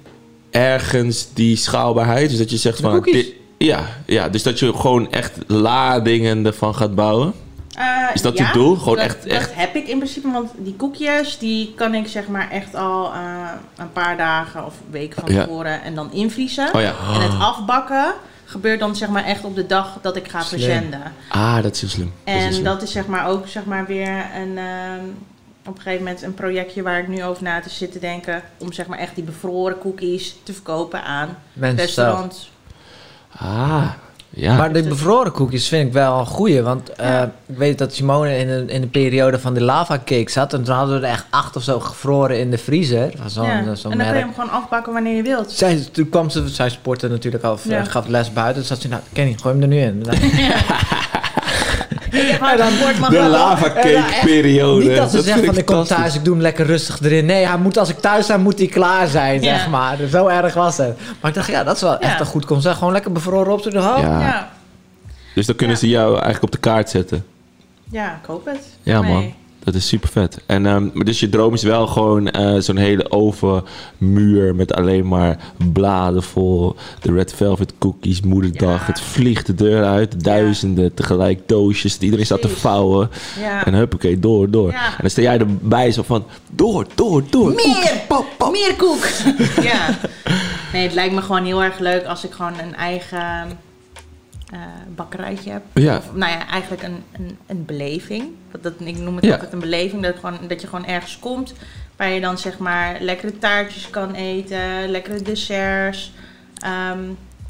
S3: ergens die schaalbaarheid? Dus dat je zegt
S2: De
S3: van...
S2: cookies?
S3: dit- ja, ja, dus dat je gewoon echt ladingen ervan gaat bouwen.
S4: Eh,
S3: Is dat
S4: ja,
S3: je doel? Gewoon
S4: dat,
S3: echt-
S4: dat
S3: echt-
S4: heb ik in principe, want die koekjes die kan ik zeg maar echt al eh, een paar dagen of weken van
S3: Ja.
S4: tevoren en dan invriezen.
S3: Oh ja.
S4: En het afbakken gebeurt dan zeg maar echt op de dag dat ik ga
S2: Slim.
S4: verzenden.
S3: Ah, dat is heel slim. Dat is heel
S4: En
S3: slim.
S4: dat is zeg maar ook zeg maar weer een, ehm, op een gegeven moment een projectje waar ik nu over na te zitten denken. Om zeg maar echt die bevroren cookies te verkopen aan
S2: Mensen zelf.
S4: restaurants.
S3: Ah, ja.
S2: Maar de bevroren koekjes vind ik wel een goeie. Want eh, ik weet dat Simone in de, in de periode van de lava cake zat. En toen hadden we er echt acht of zo gevroren in de vriezer. Van zo'n eh,
S4: ja.
S2: zo'n
S4: en dan kun
S2: merk.
S4: je hem gewoon afbakken wanneer je wilt.
S2: Zij, toen kwam ze, zij sportte natuurlijk al, of,
S4: Ja.
S2: eh, gaf les buiten. Toen zat ze, nou Kenny, gooi hem er nu in. Dan-
S4: Ik heb hard gehoord, maar
S3: De
S4: wel.
S3: lava
S2: Ja,
S3: cake
S2: echt.
S3: periode.
S2: Niet dat ze
S3: vind
S2: zeggen van ik kom
S3: fantastisch.
S2: thuis, ik doe hem lekker rustig erin. Nee, hij moet, als ik thuis sta, moet hij klaar zijn,
S4: Ja.
S2: zeg maar. Zo erg was het. Maar ik dacht, ja, dat is wel echt een goed concept. Gewoon lekker bevroren op de hand.
S3: Ja.
S4: Ja.
S3: Dus dan kunnen
S4: Ja.
S3: ze jou eigenlijk op de kaart zetten.
S4: ja, ik hoop het.
S3: Ja,
S4: Nee.
S3: man. Dat is super vet. En ehm, maar dus je droom is wel gewoon eh, zo'n hele ovenmuur met alleen maar bladen vol. De red velvet cookies, moederdag.
S4: Ja.
S3: Het vliegt de deur uit. Duizenden tegelijk doosjes. dat Iedereen staat te
S4: Precies.
S3: vouwen.
S4: Ja.
S3: En eh, huppakee, door, door.
S4: Ja.
S3: En dan sta jij erbij zo van door, door, door.
S4: Meer! Meer koek! ja. Nee, het lijkt me gewoon heel erg leuk als ik gewoon een eigen eh, bakkerijtje heb.
S3: Ja.
S4: Of, nou ja, eigenlijk een, een, een beleving. Dat, dat, ik noem het
S3: Ja.
S4: altijd een beleving. Dat, ik gewoon, dat je gewoon ergens komt waar je dan zeg maar lekkere taartjes kan eten, lekkere desserts. ehm,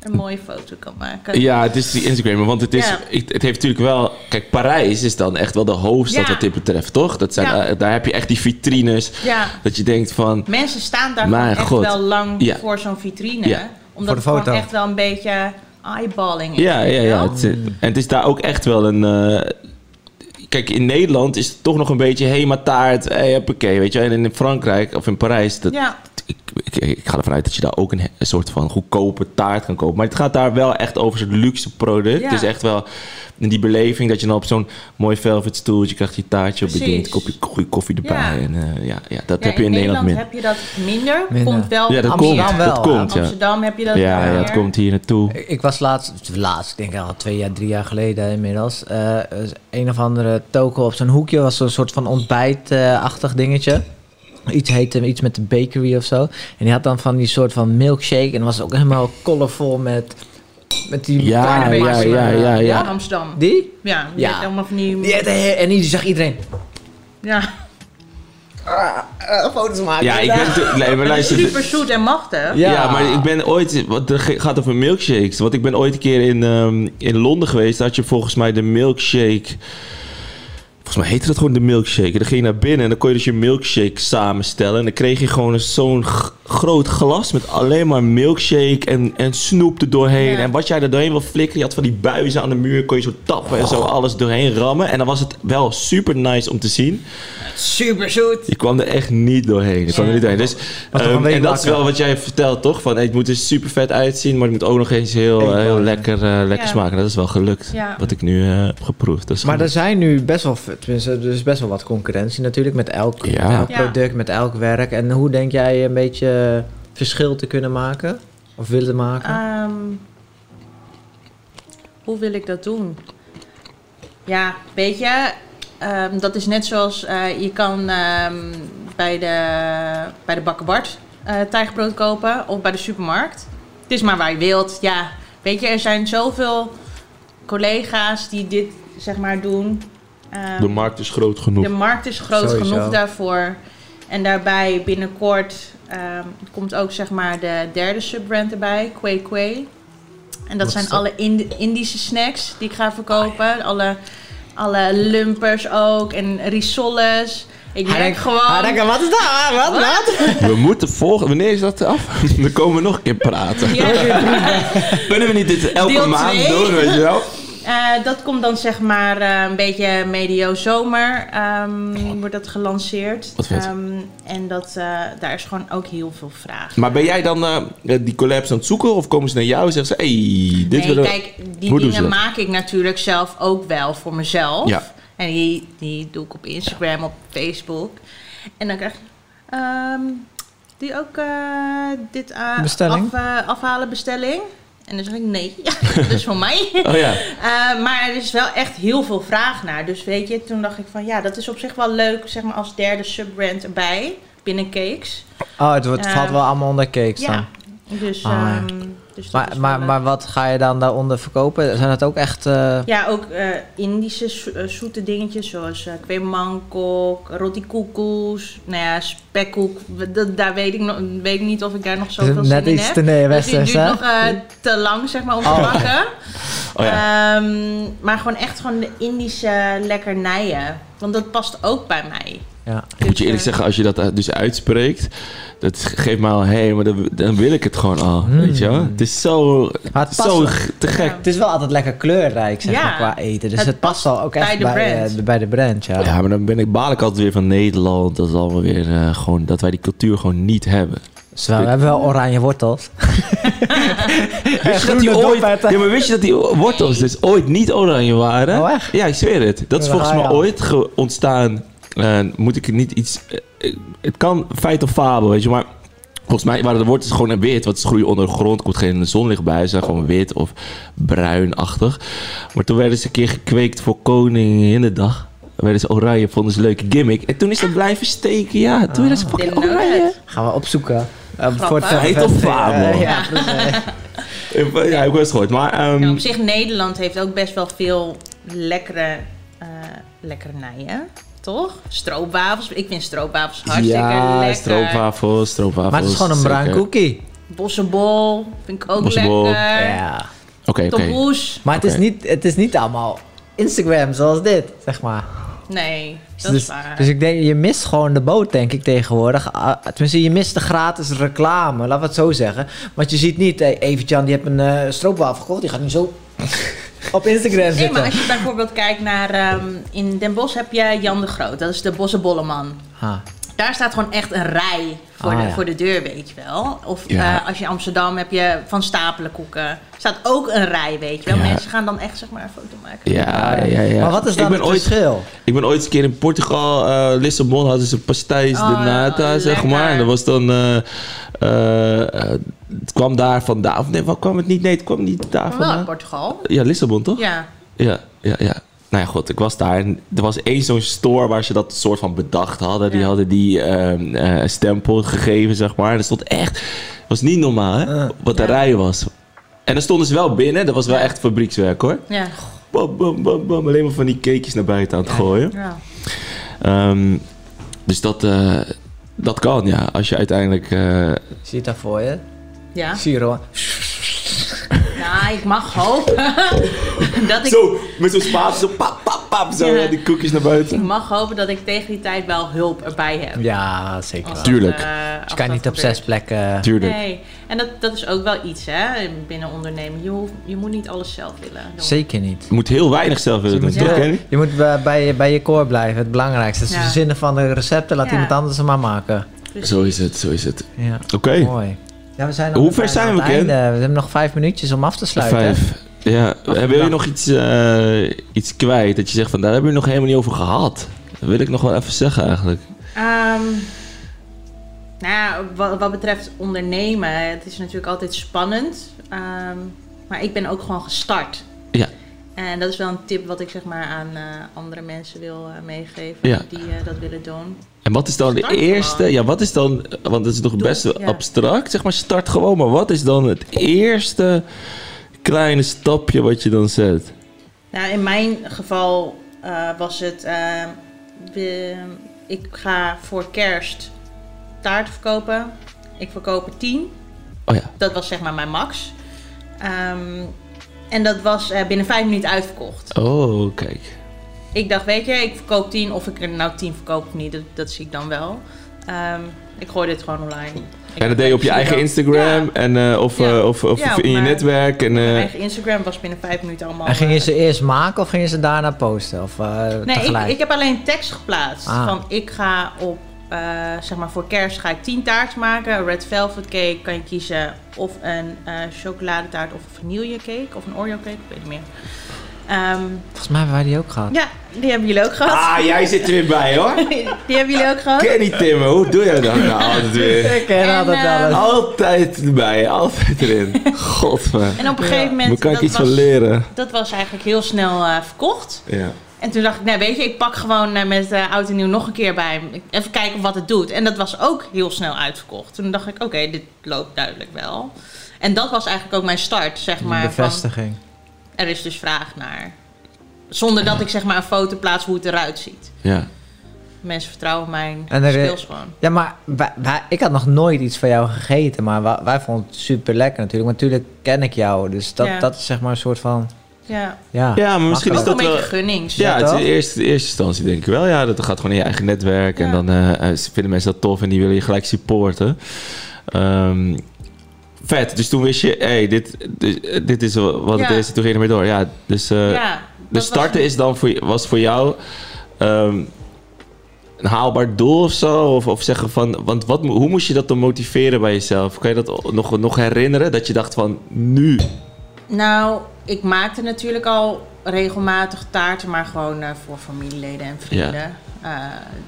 S4: een mooie foto kan maken.
S3: Ja, het is die Instagram. Want het, is,
S4: Ja.
S3: het het heeft natuurlijk wel... Kijk, Parijs is dan echt wel de hoofdstad
S4: Ja.
S3: wat dit betreft, toch? Dat zijn,
S4: Ja.
S3: eh, daar heb je echt die vitrines.
S4: Ja.
S3: Dat je denkt van...
S4: Mensen staan daar
S3: Mijn
S4: gewoon echt
S3: god.
S4: wel lang
S3: Ja.
S4: voor zo'n vitrine.
S3: Ja.
S2: Voor
S4: Omdat
S2: de
S4: het gewoon
S2: foto.
S4: echt wel een beetje eyeballing is.
S3: Ja, ja,
S4: weet je
S3: ja.
S4: wel?
S3: Het, eh, en het is daar ook echt wel een... eh, kijk, in Nederland is het toch nog een beetje... Hé, maar taart. Hé, hoppakee, weet je. wel. En in Frankrijk of in Parijs... Dat,
S4: Ja.
S3: ik, ik, ik ga ervan uit dat je daar ook een, he- een soort van goedkope taart kan kopen. Maar het gaat daar wel echt over zo'n luxe product.
S4: Ja.
S3: Dus echt wel in die beleving dat je dan op zo'n mooi velvet stoeltje krijgt je taartje op
S4: Precies.
S3: bedient. Kopje goede koffie erbij.
S4: Ja.
S3: En, eh, ja, ja, dat
S4: Ja,
S3: heb je in, Nederland,
S4: heb je dat minder.
S2: Minder.
S4: Komt wel
S3: minder. Ja, dat
S2: Amsterdam
S3: komt.
S2: wel,
S3: dat
S2: hè?
S3: komt, ja.
S4: Amsterdam heb je dat
S3: Ja,
S4: wel
S3: ja, dat
S4: meer.
S3: komt hier naartoe.
S2: Ik ik was laatst, laatst, ik denk al twee jaar, drie jaar geleden inmiddels, eh, een of andere toko op zo'n hoekje was zo'n soort van ontbijtachtig dingetje. Iets heette, iets met de bakery of zo. En die had dan van die soort van milkshake en was ook helemaal colorful met, met die...
S3: Ja,
S4: Kleine
S3: ja,
S4: basis,
S3: ja,
S4: maar-
S3: ja, ja.
S4: Amsterdam.
S2: Die?
S4: Ja, die
S2: Ja.
S4: heeft allemaal van die...
S2: die had- en die zag iedereen
S4: Ja.
S2: eh, foto's maken.
S3: Ja, ik ben... te- Nee, maar luister,
S4: Super zoet en machtig.
S3: Ja. maar ik ben ooit... Wat er ge- gaat over milkshakes. Want ik ben ooit een keer in, ehm, in Londen geweest. Daar had je volgens mij de milkshake... Volgens mij heette dat gewoon de milkshake. En dan ging je naar binnen en dan kon je dus je milkshake samenstellen. En dan kreeg je gewoon een- zo'n g- groot glas met alleen maar milkshake en, en snoep er doorheen.
S4: Ja.
S3: En wat jij er doorheen wil flikkeren, je had van die buizen aan de muur. Kon je zo tappen en zo alles doorheen rammen. En dan was het wel super nice om te zien.
S4: Super zoet.
S3: Je kwam er echt niet doorheen. Je kwam er niet doorheen. Dus,
S2: Maar toch
S3: ehm, en
S2: een
S3: dat is
S2: weewakker.
S3: wel wat jij vertelt, toch? Van, hey, het moet er super vet uitzien, maar het moet ook nog eens heel,
S2: Eetbaar.
S3: eh, heel lekker, eh, lekker
S4: Ja.
S3: smaken. Dat is wel gelukt.
S4: Ja.
S3: Wat ik nu eh, heb geproefd. Dat is
S2: Maar
S3: goed.
S2: er zijn nu best wel, tenminste, er is best wel wat concurrentie natuurlijk met elk,
S3: Ja.
S2: met elk
S4: Ja.
S2: product, met elk werk. En hoe denk jij een beetje verschil te kunnen maken? Of willen maken?
S4: Ehm, hoe wil ik dat doen? Ja, weet je, ehm, dat is net zoals eh, je kan ehm, bij de, bij de Bakker Bart eh, tijgerbrood kopen of bij de supermarkt. Het is maar waar je wilt. Ja, weet je, er zijn zoveel collega's die dit zeg maar doen. Ehm, Ehm,
S3: De markt is groot genoeg.
S4: de markt is groot
S2: Sowieso.
S4: genoeg daarvoor. En daarbij binnenkort ehm, komt ook zeg maar de derde subbrand erbij, Kwee Kwee. En dat
S2: Wat is
S4: zijn
S2: dat?
S4: alle Ind- Indische snacks die ik ga verkopen. Alle, alle lumpers ook en risoles.
S2: Hij
S4: Ik merk
S2: denkt- hij
S4: gewoon...
S2: denkt, wat is dat? Ah, Wat? Wat?
S3: We moeten volgen. Wanneer is dat af? Dan komen we nog een keer praten.
S4: Ja.
S3: Kunnen we niet dit elke
S4: Deel
S3: maand
S4: twee.
S3: doen, weet je wel?
S4: Eh, dat komt dan zeg maar eh, een beetje medio zomer ehm, wordt dat gelanceerd.
S3: Wat vet.
S4: Ehm, en dat, eh, daar is gewoon ook heel veel vraag.
S3: Maar ben jij dan eh, die collabs aan het zoeken? Of komen ze naar jou en zeggen ze... hey, dit
S4: nee,
S3: willen we-
S4: kijk, die
S3: Hoe doen ze
S4: dingen
S3: dat?
S4: maak ik natuurlijk zelf ook wel voor mezelf.
S3: Ja.
S4: En die, die doe ik op Instagram, op Facebook. En dan krijg ik... ehm, die ook eh, dit eh,
S2: Bestelling?
S4: af, eh, afhalen bestelling. En dan zeg ik nee, dat is voor mij.
S3: Oh ja.
S4: Eh, maar er is wel echt heel veel vraag naar. Dus weet je, toen dacht ik van ja, dat is op zich wel leuk, zeg maar als derde subbrand erbij binnen cakes.
S2: Oh, het wordt-
S4: Eh,
S2: valt wel allemaal onder cakes dan.
S4: Ja. Dus,
S2: Ah, ja.
S4: ehm, dus dat is
S2: Maar,
S4: wel
S2: maar,
S4: leuk.
S2: maar wat ga je dan daaronder verkopen? Zijn het ook echt... eh,
S4: Ja, ook eh, Indische zo- eh, zoete dingetjes zoals eh kweemangkok, roti koekoes, nou ja, spekkoek. We- Dat, daar weet ik, nog, weet ik niet of ik daar nog zoveel
S2: net
S4: zin in
S2: iets
S4: heb.
S2: te nee,
S4: Dus die
S2: westers,
S4: duurt
S2: hè?
S4: nog eh, te lang, zeg maar, om
S2: Oh.
S4: te bakken.
S3: Oh ja.
S4: Ehm, maar gewoon echt gewoon de Indische lekkernijen. Want dat past ook bij mij.
S3: Mm.
S2: Ja.
S3: Ik moet je eerlijk zeggen, als je dat eh, dus uitspreekt... Dat geeft mij al... Hé, maar dan, dan wil ik het gewoon al. Weet je wel? Het is zo,
S2: Maar het past
S3: zo
S2: wel.
S3: g- te gek.
S2: Het is wel altijd lekker kleurrijk, zeg
S4: Ja.
S2: maar, qua eten. Dus het,
S4: Het
S2: past wel ook echt bij de
S4: bij de
S2: bij,
S4: brand.
S2: eh, de- bij de brand, ja.
S3: Ja, maar dan ben ik, baal ik altijd weer van Nederland. Dat is allemaal weer eh, gewoon... Dat wij die cultuur gewoon niet hebben.
S2: Dus we hebben wel oranje wortels.
S3: Wist je, dat die
S2: groene
S3: ooit,
S2: dopetten.
S3: ja, maar wist je dat die wortels dus ooit niet oranje waren?
S2: Oh, echt?
S3: Ja, ik zweer het. Dat is
S2: Ja, Ah,
S3: volgens
S2: ja.
S3: mij ooit ge- ontstaan. eh, moet ik niet iets... eh, eh, het kan feit of fabel, weet je, maar... Volgens mij waren de wortels gewoon wit, want ze groeien onder de grond, komt geen zonlicht bij. Ze zijn gewoon wit of bruinachtig. Maar toen werden ze een keer gekweekt voor Koninginnedag. Werden ze oranje, vonden ze een leuke gimmick. En toen is dat blijven steken, ja. Toen werden ze fucking
S4: Didn't know
S3: oranje.
S4: that.
S2: Gaan we opzoeken. eh,
S4: Grappig.
S3: Heet of vaar, man.
S2: Eh, ja, precies.
S3: Ja, ik heb het gehoord. Maar ehm,
S4: Ja, op zich, Nederland heeft ook best wel veel lekkere eh, lekkernijen. Toch? Stroopwafels. Ik vind stroopwafels hartstikke
S3: ja,
S4: lekker.
S3: stroopwafels, stroopwafels.
S2: Maar het is gewoon een bruin
S3: zeker.
S2: cookie.
S4: Bossenbol vind ik ook
S3: Bossenbol.
S4: lekker.
S2: Ja.
S3: Oké, oké.
S4: Tompoes.
S2: Maar het, is
S3: Oké.
S2: niet, het is niet allemaal Instagram zoals dit, zeg maar.
S4: Nee, dat
S2: Dus,
S4: is waar.
S2: dus ik denk, je mist gewoon de boot, denk ik, tegenwoordig. Ah, tenminste, je mist de gratis reclame, laten we het zo zeggen. Want je ziet niet, hey, Eventjan, die heeft een eh stroopwafel gekocht, die gaat nu zo op Instagram
S4: Nee,
S2: zitten.
S4: maar als je bijvoorbeeld kijkt naar... ehm, in Den Bosch heb je Jan de Groot. Dat is de bossenbollenman.
S2: Ah,
S4: Daar staat gewoon echt een rij voor,
S2: Ah,
S4: de,
S2: ja.
S4: voor de deur, weet je wel. Of
S3: Ja.
S4: eh, als je in Amsterdam heb je van stapelen koeken. staat ook een rij, weet je wel.
S3: Ja.
S4: Mensen gaan dan echt zeg maar een foto maken.
S3: Ja, ja, ja.
S2: Maar wat is dan
S3: ik ben
S2: het
S3: ooit,
S2: verschil?
S3: ik ben ooit een keer in Portugal, eh Lissabon, hadden ze pastéis de
S4: Oh,
S3: nata, zeg
S4: lekker.
S3: maar. En dat was dan... eh, eh, eh, het kwam daar vandaan. Of nee, wat kwam het niet? Nee, het kwam niet daar
S4: Maar wel in
S3: vandaan.
S4: Ah, Portugal.
S3: Ja, Lissabon, toch?
S4: Ja.
S3: Ja, ja, ja. Nou ja, goed, ik was daar en er was één zo'n store waar ze dat soort van bedacht hadden. Die
S4: Ja.
S3: hadden die ehm, eh, stempel gegeven, zeg maar. En dat stond echt... was niet normaal, hè?
S4: Ah.
S3: Wat de rij was. En dan stonden ze wel binnen. Dat was wel echt fabriekswerk, hoor.
S4: Ja.
S3: Bam, bam, bam, bam. Alleen maar van die cakejes naar buiten aan het gooien.
S4: ja.
S3: Ehm, dus dat, eh, dat kan, ja. Als je uiteindelijk... eh,
S2: zie je het daar voor je?
S4: Ja.
S2: Zie je hoor.
S4: Nou, ik mag hopen dat ik,
S3: zo, met zo'n spaat, zo pap, pap, pap. Zo,
S4: Ja.
S3: eh, die koekjes naar buiten.
S4: ik mag hopen dat ik tegen die tijd wel hulp erbij heb.
S2: Ja, zeker wel.
S4: Als
S2: Dus
S4: dat,
S3: Tuurlijk.
S4: eh, als
S2: je kan
S4: dat
S2: niet op
S4: gebeurt.
S2: zes plekken...
S3: Tuurlijk.
S4: Nee, en dat, dat is ook wel iets hè, binnen ondernemen. Je, hoeft, je moet niet alles zelf willen. doen.
S2: Zeker niet.
S3: Je moet heel weinig zelf willen doen,
S2: moet,
S3: toch,
S4: Ja.
S3: Kenny?
S2: Je moet bij, bij, bij je core blijven, het belangrijkste. Dus
S4: Ja.
S2: de zinnen van de recepten, laat
S4: Ja.
S2: iemand anders ze maar maken.
S4: Precies.
S3: Zo is het, zo is het.
S2: Ja.
S3: Oké.
S2: Mooi. Ja, we zijn al
S3: Hoe ver
S2: bijna
S3: zijn
S2: aan
S3: we,
S2: het
S3: Ken?
S2: einde. We hebben nog vijf minuutjes om af te sluiten.
S3: Vijf. Ja, en wil je nog iets, eh, iets kwijt? Dat je zegt van, daar hebben we nog helemaal niet over gehad. Dat wil ik nog wel even zeggen eigenlijk.
S4: Ehm, nou ja, wat, wat betreft ondernemen, het is natuurlijk altijd spannend. Ehm, maar ik ben ook gewoon gestart.
S3: Ja.
S4: En dat is wel een tip wat ik zeg maar aan eh, andere mensen wil eh, meegeven
S3: Ja.
S4: die eh, dat willen doen.
S3: En wat is dan de
S4: Start gewoon.
S3: eerste... Ja, wat is dan... Want dat is nog best wel
S4: ja.
S3: abstract, zeg maar. Start gewoon. Maar wat is dan het eerste kleine stapje wat je dan zet?
S4: Nou, in mijn geval eh, eh, was het, eh, we- ik ga voor kerst taarten verkopen. Ik verkoop er 10.
S3: Oh ja.
S4: Dat was zeg maar mijn max. Ehm, en dat was eh, binnen vijf minuten uitverkocht.
S3: Oh, kijk.
S4: Ik dacht, weet je, ik verkoop 10 of ik er nou 10 verkoop of niet, dat, dat zie ik dan wel. Ehm, ik gooi dit gewoon online. Ik-
S3: En dat deed je op je
S4: zie
S3: eigen
S4: wel.
S3: Instagram
S4: Ja,
S3: en, eh, of,
S4: Ja.
S3: eh, of, of
S4: Ja, op
S3: in je
S4: mijn-
S3: netwerk. En,
S4: mijn
S3: eh,
S4: eigen Instagram was binnen vijf minuten allemaal.
S2: En gingen
S4: eh,
S2: ze eerst maken of gingen ze daarna posten? Of eh,
S4: Nee,
S2: tegelijk?
S4: ik, ik heb alleen tekst geplaatst.
S2: Ah.
S4: Van ik ga op, eh, zeg maar voor kerst ga ik 10 taartjes maken. Red velvet cake kan je kiezen. Of een eh chocoladetaart of een vanille cake. Of een Oreo cake, ik weet niet meer. Ehm,
S2: Volgens mij hebben wij die ook gehad.
S4: ja, die hebben jullie ook gehad.
S5: Ah, jij zit er weer bij hoor.
S4: die hebben jullie ook gehad.
S5: Kenny Timmer, hoe doe jij dat nou altijd weer?
S2: Ik ken
S4: En,
S2: altijd wel eens.
S4: ehm,
S5: Altijd erbij, altijd erin. Godver.
S4: En op een gegeven
S5: Moet
S4: moment,
S5: kan ik
S4: dat
S5: iets van
S4: was,
S5: leren?
S4: dat was eigenlijk heel snel eh, verkocht.
S5: Ja.
S4: En toen dacht ik, nee, weet je, ik pak gewoon eh, met eh, oud en nieuw nog een keer bij hem. Ik- Even kijken wat het doet. En dat was ook heel snel uitverkocht. Toen dacht ik, oké, dit loopt duidelijk wel. En dat was eigenlijk ook mijn start, zeg
S2: Die
S4: maar. Van,
S2: bevestiging.
S4: er is dus vraag naar. Zonder dat ik zeg maar een foto plaats hoe het eruit ziet.
S3: ja.
S4: Mensen vertrouwen mijn
S2: En er-
S4: skills gewoon.
S2: Ja, maar wij- wij- ik had nog nooit iets van jou gegeten, maar wa- wij, vonden het super lekker natuurlijk. Maar natuurlijk ken ik jou, dus dat,
S4: Ja.
S2: dat is zeg maar een soort van.
S4: Ja,
S2: Ja,
S3: ja, maar misschien
S2: Mag
S3: is
S4: ook een
S3: dat
S4: beetje
S3: wel...
S4: gunnings.
S3: Ja,
S2: Ja,
S3: het is
S2: toch?
S3: de eerste, de eerste instantie denk ik wel. Ja, dat gaat gewoon in je eigen netwerk. En
S4: Ja.
S3: dan eh, eh, vinden mensen dat tof en die willen je gelijk supporten. Ehm, vet. Dus toen wist je, hé, hey, dit, dit, dit is wat
S4: Ja.
S3: het is. Toen ging je ermee door. Ja, dus eh,
S4: Ja,
S3: de
S4: dat
S3: starten
S4: was-
S3: is dan voor, je- was voor jou ehm, een haalbaar doel of zo? Of, of zeggen van, want wat, mo- hoe moest je dat dan motiveren bij jezelf? Kan je dat o- nog, nog herinneren? Dat je dacht van, nu.
S4: Nou, ik maakte natuurlijk al regelmatig taarten, maar gewoon eh, voor familieleden en vrienden. Eh,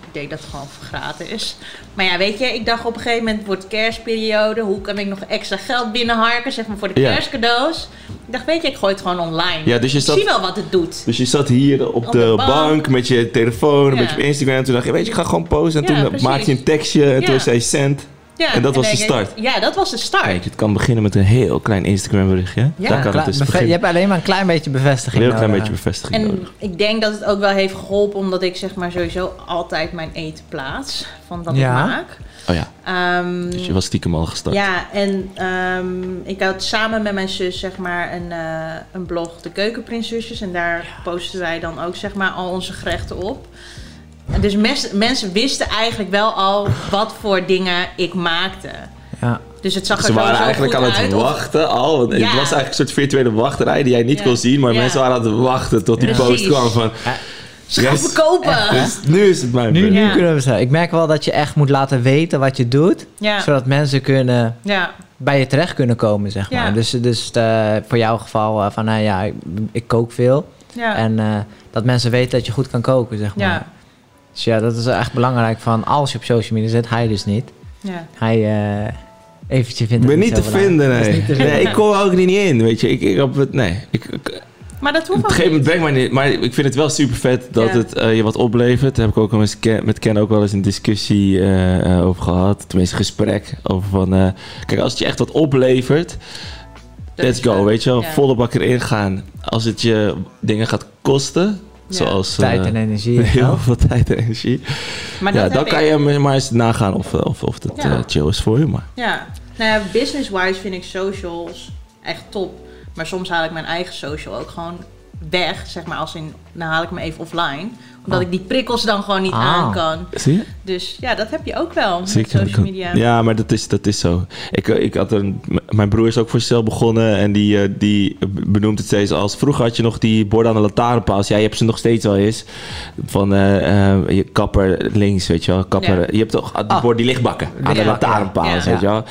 S4: ik deed dat gewoon voor gratis. Maar ja, weet je, ik dacht op een gegeven moment wordt kerstperiode. Hoe kan ik nog extra geld binnenharken, zeg maar, voor de
S3: Ja.
S4: kerstcadeaus? Ik dacht, weet je, ik gooi het gewoon online.
S3: Ja, dus je
S4: ik
S3: zat-
S4: zie wel wat het doet.
S3: Dus je zat hier op,
S4: Op
S3: de,
S4: de
S3: bank.
S4: bank.
S3: met je telefoon, een
S4: Ja.
S3: beetje op Instagram. Toen dacht je, weet je, ik ga gewoon posten. En
S4: Ja,
S3: toen eh,
S4: precies.
S3: maakte je een tekstje en
S4: Ja.
S3: toen zei je cent.
S4: Ja,
S3: en dat was de
S4: denk ik,
S3: start.
S4: ja, dat was de start.
S3: Kijk, het kan beginnen met een heel klein Instagram berichtje.
S4: Ja.
S3: Daar kan het dus
S2: Klaar, beve- je
S3: beginnen.
S2: hebt Nou, alleen maar een klein beetje
S3: Een
S2: bevestiging.
S3: heel klein
S2: nodig.
S3: beetje bevestiging
S4: En
S3: nodig.
S4: ik denk dat het ook wel heeft geholpen, omdat ik zeg maar sowieso altijd mijn eten plaats van dat
S2: Ja.
S4: ik maak.
S3: Oh ja,
S4: Ehm,
S3: dus je was stiekem al gestart.
S4: Ja, en ehm, ik had samen met mijn zus zeg maar een, eh, een blog, De Keukenprinszusjes. En daar posten wij dan ook zeg maar al onze gerechten op. En dus mes- mensen wisten eigenlijk wel al wat voor dingen ik maakte.
S2: Ja.
S4: Dus het zag er
S3: Ze waren
S4: sowieso
S3: eigenlijk aan
S4: goed
S3: het
S4: uit. of-
S3: wachten al. want Het
S4: Ja.
S3: was eigenlijk een soort virtuele wachterij die jij niet
S4: Ja.
S3: kon zien. Maar
S4: Ja.
S3: mensen waren aan het wachten tot die
S4: Precies.
S3: post kwam van...
S4: Ze gaan
S3: yes,
S4: verkopen.
S3: dus nu is het mijn
S2: Nu,
S3: beurt.
S2: nu
S4: Ja.
S2: kunnen we zeggen. Ik merk wel dat je echt moet laten weten wat je doet,
S4: Ja.
S2: zodat mensen kunnen
S4: Ja,
S2: bij je terecht kunnen komen, zeg maar.
S4: Ja.
S2: Dus, dus eh, voor jouw geval eh, van, nou ja, ik, ik kook veel.
S4: ja.
S2: En eh, dat mensen weten dat je goed kan koken, zeg maar.
S4: ja,
S2: Dus ja, dat is echt belangrijk van als je op social media zit, hij dus niet.
S4: ja.
S2: Hij eh eventjes vindt
S3: Ik
S2: het
S3: ben niet
S2: zo
S3: te vinden,
S2: belangrijk.
S3: nee.
S2: Dat is niet te
S3: nee. Ik kom er ook niet in, weet je. Ik, ik, heb het- nee, ik, ik-
S4: Maar dat hoeft
S3: Op een
S4: ook
S3: gegeven
S4: niet.
S3: moment brengt mij niet. Maar ik vind het wel super vet dat
S4: Ja.
S3: het eh, je wat oplevert. Daar heb ik ook al eens Ken- met Ken ook wel eens een discussie eh, eh, over gehad. Tenminste, een gesprek over van. eh, kijk, als het je echt wat oplevert,
S4: Dus Dat
S3: let's
S4: is
S3: go.
S4: leuk.
S3: Weet je wel,
S4: Ja.
S3: volle bak erin gaan. Als het je dingen gaat kosten,
S4: Ja.
S3: zoals.
S2: Tijd
S3: eh,
S2: en energie.
S3: Heel veel tijd en energie.
S4: Maar
S3: ja,
S4: dat
S3: dan
S4: heb
S3: kan
S4: ik.
S3: je maar eens nagaan of, of, of dat
S4: Ja.
S3: eh, chill is voor je. Maar
S4: Ja, nou ja, business-wise vind ik socials echt top. Maar soms haal ik mijn eigen social ook gewoon weg, zeg maar, als in, dan haal ik me even offline.
S3: Oh.
S4: Omdat ik die prikkels dan gewoon niet
S2: Ah.
S4: aan kan.
S3: zie je?
S4: Dus ja, dat heb je ook wel met
S3: Zeker.
S4: social media.
S3: Ja, maar dat is, dat is zo. Ik, eh, ik had een, m- mijn broer is ook voor zichzelf begonnen en die, eh, die benoemt het steeds als... Vroeger had je nog die borden aan de lantaarnpaals. Ja, je hebt ze nog steeds wel eens. Van eh, eh, je kapper links, weet je wel. Kapper,
S4: Ja.
S3: Je hebt toch ah, die
S2: Ah.
S3: borden, die lichtbakken aan de
S2: Lichtbakken,
S3: lantaarnpaals,
S4: ja.
S3: weet je wel.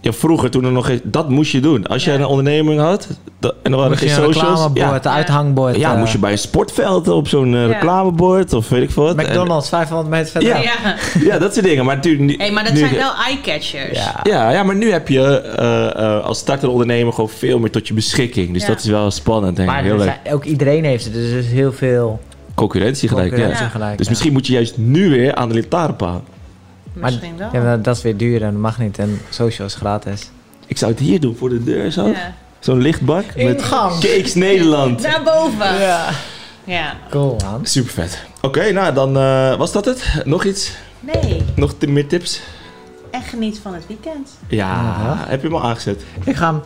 S3: Ja, vroeger toen er nog geen- dat moest je doen. Als je
S4: Ja.
S3: een onderneming had dat- en er waren
S2: Moest
S3: geen
S2: je een
S3: socials. Ja,
S2: reclamebord,
S4: Ja.
S2: uithangbord.
S3: ja
S2: eh,
S3: moest je bij een sportveld op zo'n eh,
S4: Ja.
S3: reclamebord of weet ik veel wat. En-
S2: McDonald's, 500 meter verder.
S3: Ja. ja, dat soort dingen. Maar natuurlijk nu-
S4: Hey, maar dat
S3: nu-
S4: zijn wel eye-catchers.
S2: Ja.
S3: ja, ja, maar nu heb je eh, eh, als startende ondernemer gewoon veel meer tot je beschikking. Dus
S4: Ja.
S3: dat is wel spannend denk ik.
S2: Maar
S3: Heel
S2: er
S3: leuk.
S2: zijn- ook iedereen heeft het, dus er is heel veel
S3: Concurrentie gelijk.
S2: concurrentie
S3: ja.
S2: gelijk.
S3: Dus
S2: ja.
S3: misschien moet je juist nu weer aan de lantaarnpaal.
S4: Misschien wel.
S2: Ja, maar dat is weer duur en dat mag niet. En social is gratis.
S3: Ik zou het hier doen voor de deur zo.
S4: Ja.
S3: Zo'n lichtbak met
S2: Ingang.
S3: Cakes Nederland.
S4: Daarboven.
S2: Ja.
S4: Ja.
S2: Cool, man.
S3: Super vet. Oké, nou dan eh, was dat het. Nog iets?
S4: Nee,
S3: Nog t- meer tips?
S4: echt geniet van het weekend.
S3: Ja,
S2: Ja.
S3: heb je hem al aangezet?
S2: Ik ga hem.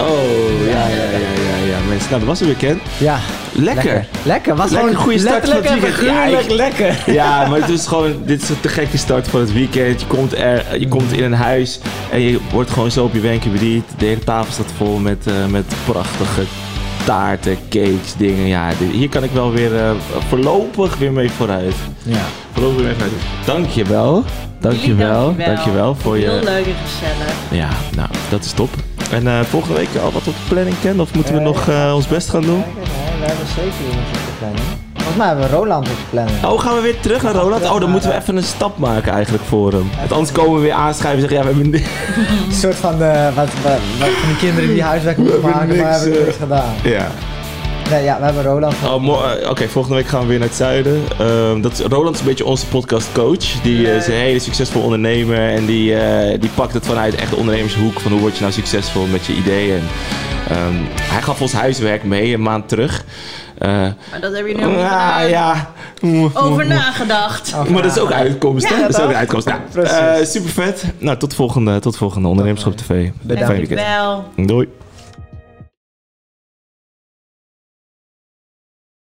S3: Oh, ja, ja, ja, ja, ja, mensen. Nou, dat was het weekend.
S2: Ja.
S3: Lekker.
S2: Lekker. Lekker. Was
S3: Lekker,
S2: gewoon
S3: goede start van het
S2: letterlijk en
S3: weekend. Ja,
S2: figuurlijk
S3: ik-
S2: lekker.
S3: Ja, maar het is gewoon, dit is een te gekke start van het weekend. Je komt, er, je komt in een huis en je wordt gewoon zo op je wenken bediend. De hele tafel staat vol met, eh, met prachtige taarten, cakes, dingen. Ja, dit- hier kan ik wel weer eh, voorlopig weer mee vooruit.
S2: Ja.
S3: Voorlopig weer mee vooruit. Dankjewel. Dankjewel.
S4: Jullie
S3: Dankjewel voor
S4: Heel
S3: je...
S4: leuk en gezellig.
S3: Ja, nou, dat is top. En eh, volgende week al wat op de planning kennen? Of moeten we nog eh, ons best gaan doen?
S2: We hebben zeker iemand op de planning. Volgens mij hebben we Roland op de planning.
S3: Oh, gaan we weer terug naar Roland? Oh, dan moeten we even een stap maken eigenlijk voor hem. Want anders komen we weer aanschrijven en zeggen, ja, we hebben...
S2: Een soort van, de, wat, wat, wat van die kinderen die huiswerk moeten
S3: hebben
S2: maken, maar
S3: niks,
S2: hebben
S3: eh.
S2: niks gedaan.
S3: Ja.
S2: Nee, ja, we hebben Roland.
S3: Oh, mo- eh, Oké, volgende week gaan we weer naar het zuiden. Ehm, dat is, Roland is een beetje onze podcastcoach. Die eh, is een hele succesvol ondernemer. En die, eh, die pakt het vanuit echt de ondernemershoek. Van hoe word je nou succesvol met je ideeën. En, ehm, hij gaf ons huiswerk mee een maand terug. Eh,
S4: Maar dat hebben jullie nog niet
S3: ja, Oh,
S4: gedaan.
S3: ja.
S4: over nagedacht.
S3: Maar dat is ook uitkomst, hè?
S2: Ja,
S3: Dat is ook
S2: toch?
S3: een uitkomst. Nou,
S2: Precies.
S3: super vet. Nou, tot volgende, tot volgende ondernemerschap TV. Fijn
S4: Dank
S3: weekend.
S4: wel.
S3: Doei.